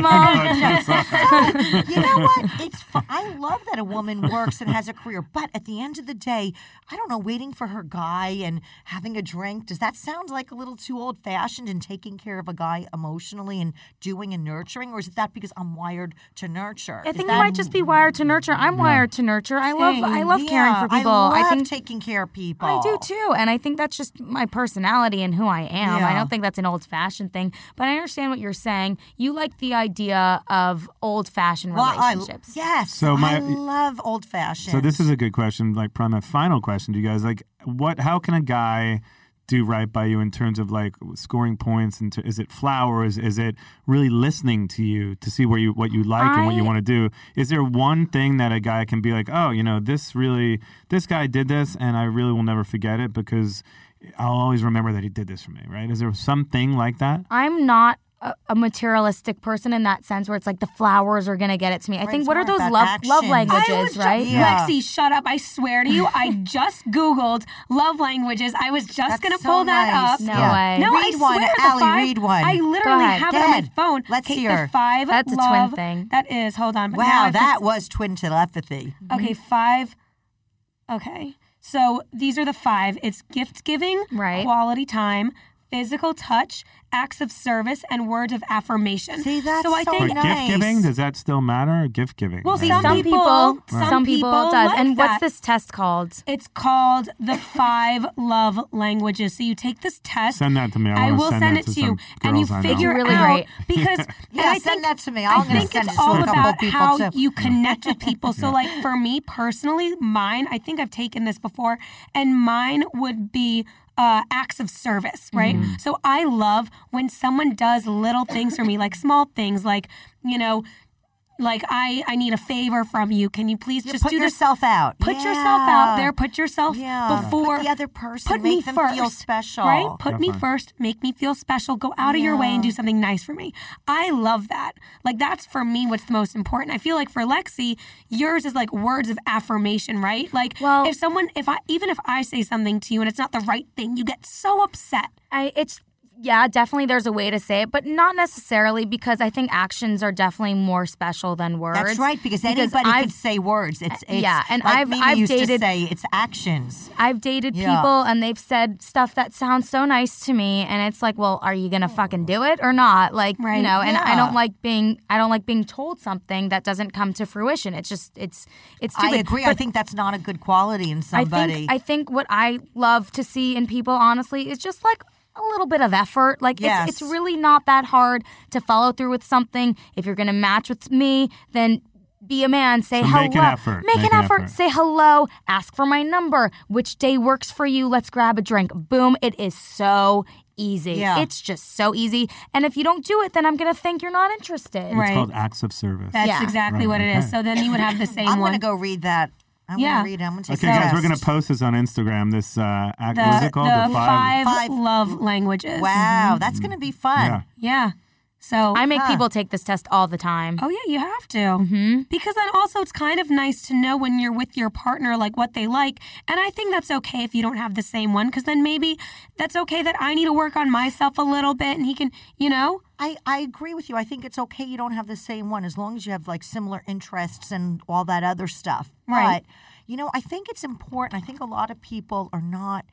J: mom.
G: you know what? It's fun. I love that a woman works and has a career, but at the end of the day, I don't know. Waiting for her guy and having a drink does that sound like a little too old fashioned and taking care of a guy emotionally and doing and nurturing, or is it that because I'm wired to nurture?
J: I
G: Is
J: think
G: that-
J: you might just be wired to nurture. I'm wired to nurture. I love I love caring
G: Yeah,
J: for people.
G: I love
J: think
G: taking care of people.
J: I do too, and I think that's just my personality and who I am. I
G: Yeah.
J: don't think that's an old fashioned thing, but I understand what you're saying. You like the idea of old fashioned
G: Well, I-
J: relationships.
G: yes.
I: So my-
G: I love old fashioned.
I: So this is a good question, like probably my final question to you guys. Like, what? How can a guy do right by you in terms of like scoring points? And t- is it flowers? Is it really listening to you to see where you what you like and what you
J: I-
I: want to do? Is there one thing that a guy can be like, oh, you know, this really, this guy did this, and I really will never forget it because I'll always remember that he did this for me, right? Is there something like that?
J: I'm not a, a materialistic person in that sense, where it's like the flowers are gonna get it to me. I think
G: it's
J: what are
G: more
J: those love
G: about
J: love
G: actions.
J: languages,
K: I was ju-
J: right?
G: Yeah.
K: Lexi, shut up. I swear to you, I just Googled love languages. I was just
G: That's
K: going to
G: so
K: pull that
G: nice.
K: up.
J: No
G: Yeah.
J: way.
K: No,
G: read
K: I
G: one,
K: swear the
G: Allie,
K: five,
G: read one.
K: I literally
J: ahead.
K: have
G: Go
K: it on my
G: ahead.
K: phone.
G: Let's
K: Take
G: hear.
K: the five
J: That's a twin
K: love-
J: thing.
K: That is. Hold on. but now
G: Wow,
K: I've
G: that was twin telepathy. Mm-hmm.
K: just- Okay, five. Okay. So these are the five. It's gift giving,
J: Right.
K: quality time, physical touch, acts of service, and words of affirmation.
G: See, that's
K: so I
G: so
K: think
I: But gift giving
G: Nice.
I: does that still matter? Gift giving.
K: Well,
I: right?
K: some
J: Some
K: people-
J: people,
K: some
J: some people
K: people
J: it does.
K: like
J: and what's
K: that.
J: this test called?
K: It's called the five love languages. So you take this test.
I: Send that to me. I wanna
K: will
I: send
K: send,
I: that
K: it
I: to
K: to you,
I: some
K: and you
I: girls I know.
K: figure
J: Really
K: out
J: great.
K: because and
G: Yeah,
K: I
G: send
K: think-
G: that to me.
K: I
G: I'm gonna
K: think
G: send
K: it's
G: it to a
K: all
G: couple
K: about
G: people,
K: how
G: too.
K: you connect with people. So, like for me personally, mine. I think I've taken this before, and mine would be. Uh, acts of service, right?
G: Mm-hmm.
K: So I love when someone does little things for me, like small things, like, you know,
G: Like I, I need a favor from you. Can you please
K: You
G: just
K: put
G: do this?
K: yourself out.
G: Put yourself out
K: Yeah.
G: there. Put yourself
K: Yeah.
G: before
K: Put the other person,
G: Put
K: make
G: me
K: them
G: first,
K: feel special.
G: Right? Put me
K: Definitely.
G: first. Make me feel special. Go out of your way and do something nice for me. I love that. Like that's for me what's the most important. I feel like for Lexi, yours is like words of affirmation, right? Like if someone, if I even if I say something to you and it's not the right thing, you get so upset.
J: I it's yeah, definitely there's a way to say it, but not necessarily because I think actions are definitely more special than words.
K: That's right, because, anybody
J: I've- Uh,
K: can say words. It's, it's
J: yeah, and
K: like
J: I've-
K: Mimi
J: I've
K: used to
J: dated-
K: say it's actions.
J: I've dated
K: Yeah.
J: people and they've said stuff that sounds so nice to me and it's like, well, are you going to fucking do it or not? Like,
G: Right,
J: you know, and I
K: yeah.
J: don't like being I don't like being told something that doesn't come to fruition. It's just it's it's stupid.
K: I agree. I
J: But
K: think that's not a good quality in somebody.
J: I think I think what I love to see in people, honestly, is just like a little bit of effort. Like it's,
K: Yes.
J: it's really not that hard to follow through with something. If you're gonna match with me, then be a man. Say
I: So
J: hello.
I: make an effort.
J: Make, an, effort. Say hello. Ask for my number. Which day works for you? Let's grab a drink. Boom! It is so
K: E,
J: easy.
K: Yeah.
J: It's just so easy. And if you don't do it, then I'm gonna think you're not interested.
I: It's called acts of service.
G: That's
J: Yeah.
G: exactly
I: Right,
G: what it is.
I: okay.
G: So then you would have the same
K: I'm
G: one.
K: going to go read that. I'm
G: Yeah.
K: going to read um, it. I'm going to take
I: Okay,
K: a
I: guys, we're
K: test.
I: gonna post this on Instagram. This uh, act,
G: the,
I: what is it called?
G: the five,
K: Five-
G: love languages.
I: Mm-hmm.
K: Wow, that's going to be fun.
I: Yeah.
G: Yeah. So
J: I make people take this test all the time.
G: Oh yeah, you have to.
J: Mm-hmm.
G: Because then also it's kind of nice to know when you're with your partner like what they like, and I think that's okay if you don't have the same one. Because then maybe that's okay that I need to work on myself a little bit, and he can, you know,
K: I, I agree with you. I think it's okay you don't have the same one as long as you have like similar interests and all that other stuff.
G: Right.
K: But, you know, I think it's important. I think a lot of people are not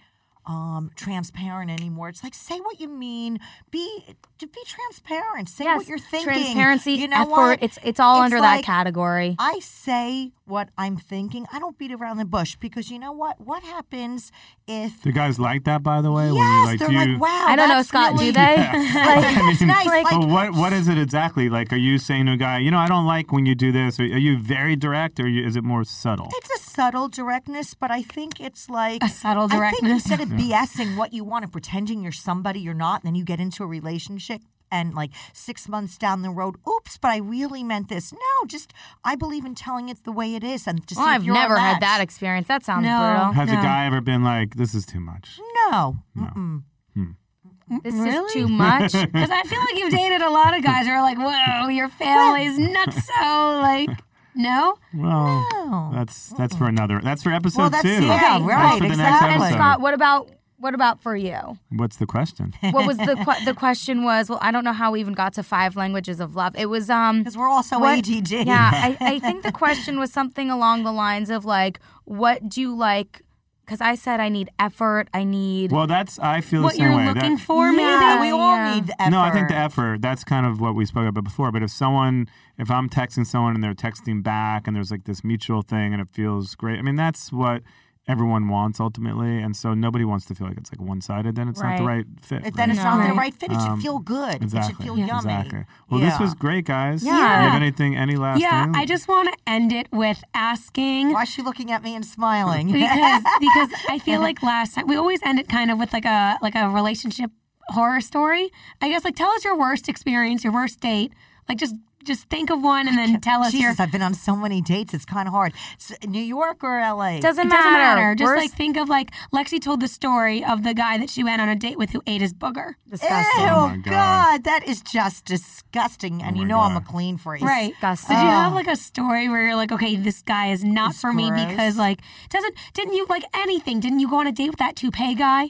K: um, transparent anymore. It's like say what you mean. Be to be transparent. Say what you're thinking.
J: Transparency,
K: You know
J: effort.
K: what?
J: It's it's all under that
K: like,
J: category.
K: I say what I'm thinking. I don't beat around the bush because you know what? What happens if
I: Do guys like that, by the way?
K: Yes,
I: when you, like,
K: they're
I: do you,
K: like, wow.
J: I don't know,
K: that's
J: Scott.
K: really-
J: Do they?
I: Yeah.
J: Like,
I: I mean,
K: nice, like-
I: well, what what is it exactly? Like, are you saying to a guy, you know, I don't like when you do this? Are, are you very direct, or you, is it more subtle?
K: It's a subtle directness, but I think it's like
G: A subtle directness. Mm-hmm.
K: I think instead of BSing what you want and pretending you're somebody you're not, and then you get into a relationship and like six months down the road, oops, but I really meant this. No, just I believe in telling it the way it is, and to
J: Well,
K: see if
J: I've
K: you're a
J: never
K: match.
J: had that experience. That sounds
G: No.
J: brutal.
I: Has a guy ever been like, this is too much?
K: No, Mm-mm.
J: This
G: Really?
J: is too much.
G: because I feel like you've dated a lot of guys who are like, whoa, your family's nuts. So like, no,
I: Well,
K: No.
I: that's that's for another. That's for episode
K: Well, that's-
I: two.
K: yeah,
I: That's
K: right,
I: for the
K: exactly.
I: next
J: and
I: episode.
J: Scott, what about what about for you?
I: What's the question?
J: What was the que- the question was? Well, I don't know how we even got to five languages of love. It was um
K: because we're also
J: What-
K: ADD.
J: Yeah, I, I think the question was something along the lines of like, what do you like? Because I said I need effort. I need
I: Well, that's I feel
G: what
I: the same
G: you're
I: way.
G: looking
I: That-
G: for,
K: Yeah,
G: maybe.
K: we all
J: yeah.
K: need the effort.
I: No, I think the effort. That's kind of what we spoke about before. But if someone, if I'm texting someone and they're texting back, and there's like this mutual thing, and it feels great. I mean, that's what everyone wants ultimately, and so nobody wants to feel like it's like one sided. Then it's not the right
J: Right.
I: fit.
K: If then
I: right?
K: it's not the
G: Right.
K: right fit, it should
I: Um,
K: feel good. It should
I: Exactly.
K: feel yummy.
I: Exactly. Well, this
K: Yeah.
I: was great, guys.
J: Yeah.
I: Do you have anything? Any last?
G: Yeah,
I: thing?
G: I just want to end it with asking.
K: Why is she looking at me and smiling?
G: because because I feel like last time we always end it kind of with like a like a relationship horror story. I guess like tell us your worst experience, your worst date. Like just just think of one and then tell us your
K: Jesus, I've been on so many dates. It's kind of hard. S- New York or LA?
J: doesn't, matter.
G: it doesn't matter. Just
J: Worst-
G: like think of like Lexi told the story of the guy that she went on a date with who ate his booger.
J: disgusting.
K: Ew,
I: Oh my
K: God.
I: God.
K: that is just disgusting. And
I: Oh my
K: you know I'm a
I: God.
K: clean freak.
G: Right.
J: Disgusting.
G: Did you have
K: Oh.
G: like a story where you're like, okay, this guy is not
K: It's
G: for me
K: gross.
G: because like doesn't didn't you like anything? Didn't you go on a date with that toupee guy?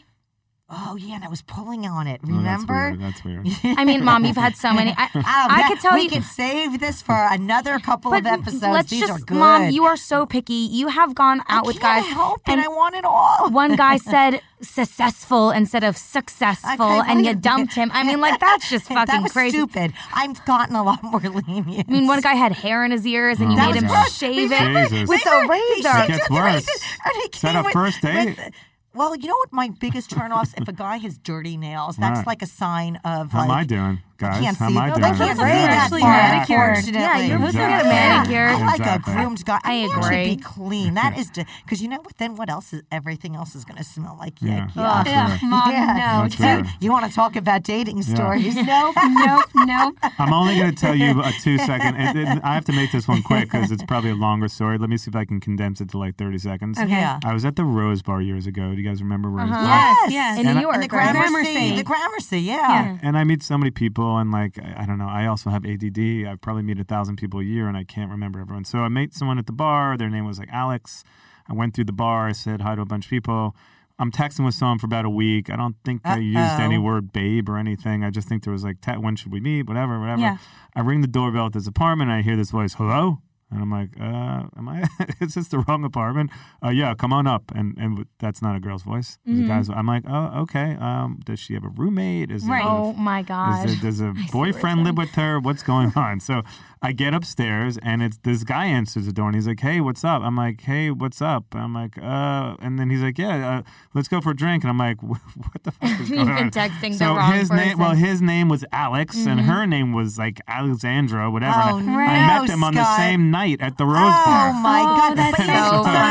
K: Oh yeah, and I was pulling on it.
I: Oh, that's
K: Remember? Um,
I: weird. That's weird.
J: I mean, mom, you've had so many. I, I could tell
K: we
J: you.
K: could save this for another couple of episodes.
J: Let's
K: These
J: just,
K: are good.
J: mom, you are so picky. You have gone out
K: I
J: with
K: can't
J: guys.
K: help it. I want it all.
J: Oh, one guy said successful instead of successful,
K: Okay,
J: and you
K: wait.
J: dumped him. I mean, like that's just fucking
K: that was
J: crazy.
K: Stupid. I've gotten a lot more lenient.
J: I mean, one guy had hair in his ears, and you
I: Oh
J: made
I: my
J: him
I: gosh.
J: shave it.
I: Remember- Jesus.
J: with a razor.
I: It gets worse.
K: And he
I: Is that
K: came
I: a
K: with-
I: first date?
K: with- well, you know what my biggest turnoffs? if a guy has dirty nails, that's
I: Right.
K: like a sign of
I: How am I
K: like
I: doing? guys.
J: can't
I: How
J: see.
I: am I
J: No, they
I: doing?
J: can't Those see are that actually far. manicured. Unfortunately.
K: Yeah, you're supposed to get a
J: Yeah.
K: manicure.
J: I like
I: Exactly.
J: a groomed guy. I mean,
K: agree.
J: should be clean. That is because you know what? Then what else is everything else is going to smell like?
I: Yeah.
J: Yuck,
I: Ugh,
J: yuck.
I: That's Mom, weird. no. That's
J: You-
I: weird.
J: You want to talk about dating
I: Yeah.
J: stories?
A: Nope, nope, nope.
I: I'm only going to tell you a two second. And, and I have to make this one quick because it's probably a longer story. Let me see if I can condense it to like 30 seconds.
J: Okay. Yeah.
I: I was at the Rose Bar years ago. Do you guys remember Rose
A: Uh-huh.
I: Bar?
A: Yes, yes.
I: In New
J: In
A: York,
J: the
A: right?
J: Gramercy.
A: Gramercy.
J: The Gramercy, yeah.
I: And I meet so many people, and like, I I don't know, I also have ADD. I probably meet a thousand people a year, and I can't remember everyone. So I met someone at the bar. Their name was like Alex. I went through the bar. I said hi to a bunch of people. I'm texting with someone for about a week. I don't think I used any
J: Uh-oh.
I: word babe or anything. I just think there was like, te- when should we meet? Whatever, whatever.
A: Yeah.
I: I ring the doorbell at this apartment. And I hear this voice, hello? And I'm like, uh, am I? is this the wrong apartment? Uh, yeah, come on up. And and that's not a girl's voice. It was a
J: Mm-hmm.
K: Mhm.
I: guy's. I'm like, oh, okay. Um, does she have a roommate? Is there
A: Right.
I: a-
K: Oh my god.
I: is there, does a
K: I see where it's
I: boyfriend
K: going.
I: live with her? What's going on? So I get upstairs and it's this guy answers the door and he's like, "Hey, what's up?" I'm like, "Hey, what's up?" I'm like, "Uh," and then he's like, "Yeah, uh, let's go for a drink." And I'm like, "What the fuck is
K: You've
I: going
K: been
I: on?"
K: texting the
I: so
K: wrong
I: his name, well,
K: person.
I: his name was Alex and
K: Mhm.
I: her name was like Alexandra, whatever.
J: Oh,
I: And I, I
J: no,
I: met them on the
J: Scott.
I: same night at the Rose
J: Oh
I: Bar.
J: my
K: Oh,
J: God!
K: that's
J: but
K: so
J: so you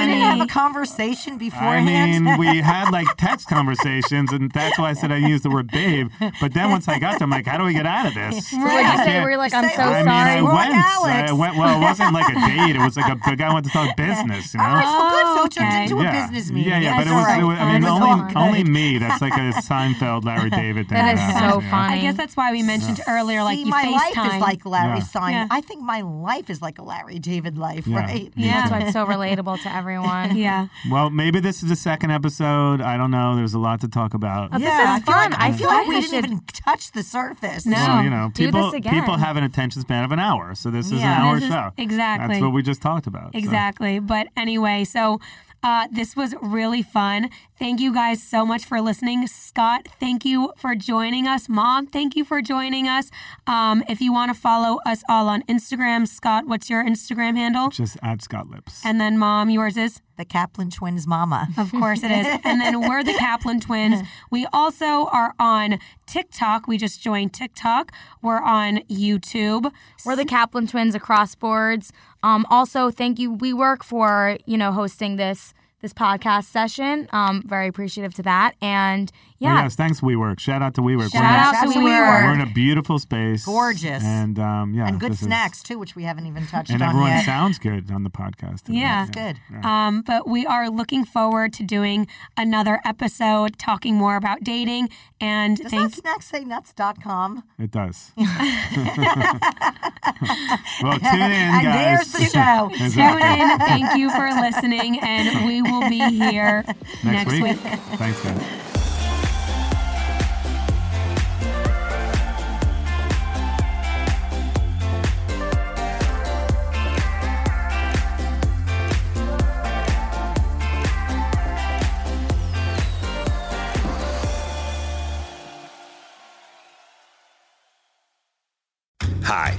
J: didn't have a
K: funny.
J: conversation
I: I
J: beforehand.
I: mean, we had like text conversations, and that's why I said I used the word babe. But then once I got there, I'm like, how do we get out of this?
K: So what'd
I: I
K: you say?
I: can't-
K: Were you like, I'm
J: Say- "Oh,
K: so sorry?
J: I mean,
I: I
J: Wrong
I: went.
J: Alex.
I: I went. Well, it wasn't like a date. It was like a big. I went to talk business. You know.
J: Oh, so good. So it turned
A: okay.
J: into
I: yeah.
J: a business meeting.
I: Yeah, yeah, but
J: That's
I: it was,
J: all
I: it was.
J: right.
I: I mean,
J: It was all
I: only,
J: good.
I: only me. That's like a Seinfeld, Larry David thing.
K: That is
I: happens,
K: so
I: you know?
K: funny.
A: I guess that's why we mentioned earlier, like
J: See,
A: you
J: my life
A: FaceTime.
J: is like Larry
I: Yeah.
J: Simon.
A: Yeah.
J: I think my life is like a Larry David life,
I: Yeah.
J: right?
I: Me
A: Yeah.
K: That's
I: too.
K: why it's so relatable to everyone.
A: yeah.
I: Well, maybe this is the second episode. I don't know. There's a lot to talk about.
K: This
J: Yeah,
K: is
J: I feel like-
K: fun.
J: I
K: I
J: feel like
K: thought
J: we
K: we
J: didn't
K: should-
J: even touch the surface.
A: No.
I: Well, you know,
K: do this
I: people
K: again.
I: people have an attention span of an hour, so this is an
J: Yeah.
I: hour
A: This is-
I: show.
A: exactly.
I: That's what we just talked about. so.
A: Exactly. But anyway, so uh, this was really fun. Thank you guys so much for listening. Scott, thank you for joining us. Mom, thank you for joining us. Um, if you want to follow us all on Instagram, Scott, what's your Instagram handle?
I: Just add Scott Lips.
A: And then, Mom, yours is?
J: The Kaplan twins' mama.
A: Of course it is. And then we're the Kaplan twins. We also are on TikTok. We just joined TikTok. We're on YouTube.
K: We're the Kaplan twins across boards. Um, also, thank you, We Work, for you know hosting this this podcast session. Um, very appreciative to that. And
I: Well,
K: yeah,
I: yes, thanks WeWork. Shout out to WeWork.
K: shout
I: We're in-
K: out
J: That's
K: to
J: what
K: We
J: we
K: Work.
I: We're in a beautiful space.
J: Gorgeous.
I: And um, yeah.
J: and good
I: this is-
J: snacks, too, which we haven't even touched
I: and
J: on
I: everyone
J: yet.
I: sounds good on the podcast. today.
A: Yeah.
J: That's good.
A: Um, but we are looking forward to doing another episode talking more about dating. And
J: Does
A: thanks.
J: that snack say nuts.com?
I: It does. well, tune in,
J: And
I: guys.
J: there's the show.
A: Tune in. Thank you for listening, and we will be here next,
I: Next week.
A: week.
I: Thanks, guys.
G: Hi,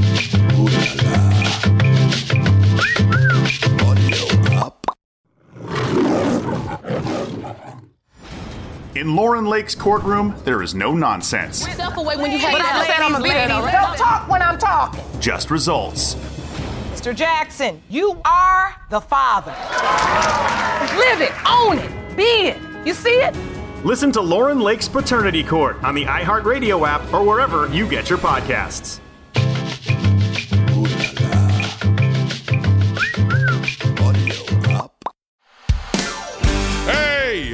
C: In Lauren Lake's courtroom, there is no nonsense,
M: Stuff away when you hate. But I said I'm a lady. Don't talk when I'm talking.
C: just results.
M: Mr. Jackson, you are the father. Live it, own it, be it. You see it?
C: Listen to Lauren Lake's Paternity Court on the iHeartRadio app or wherever you get your podcasts.
H: Hey,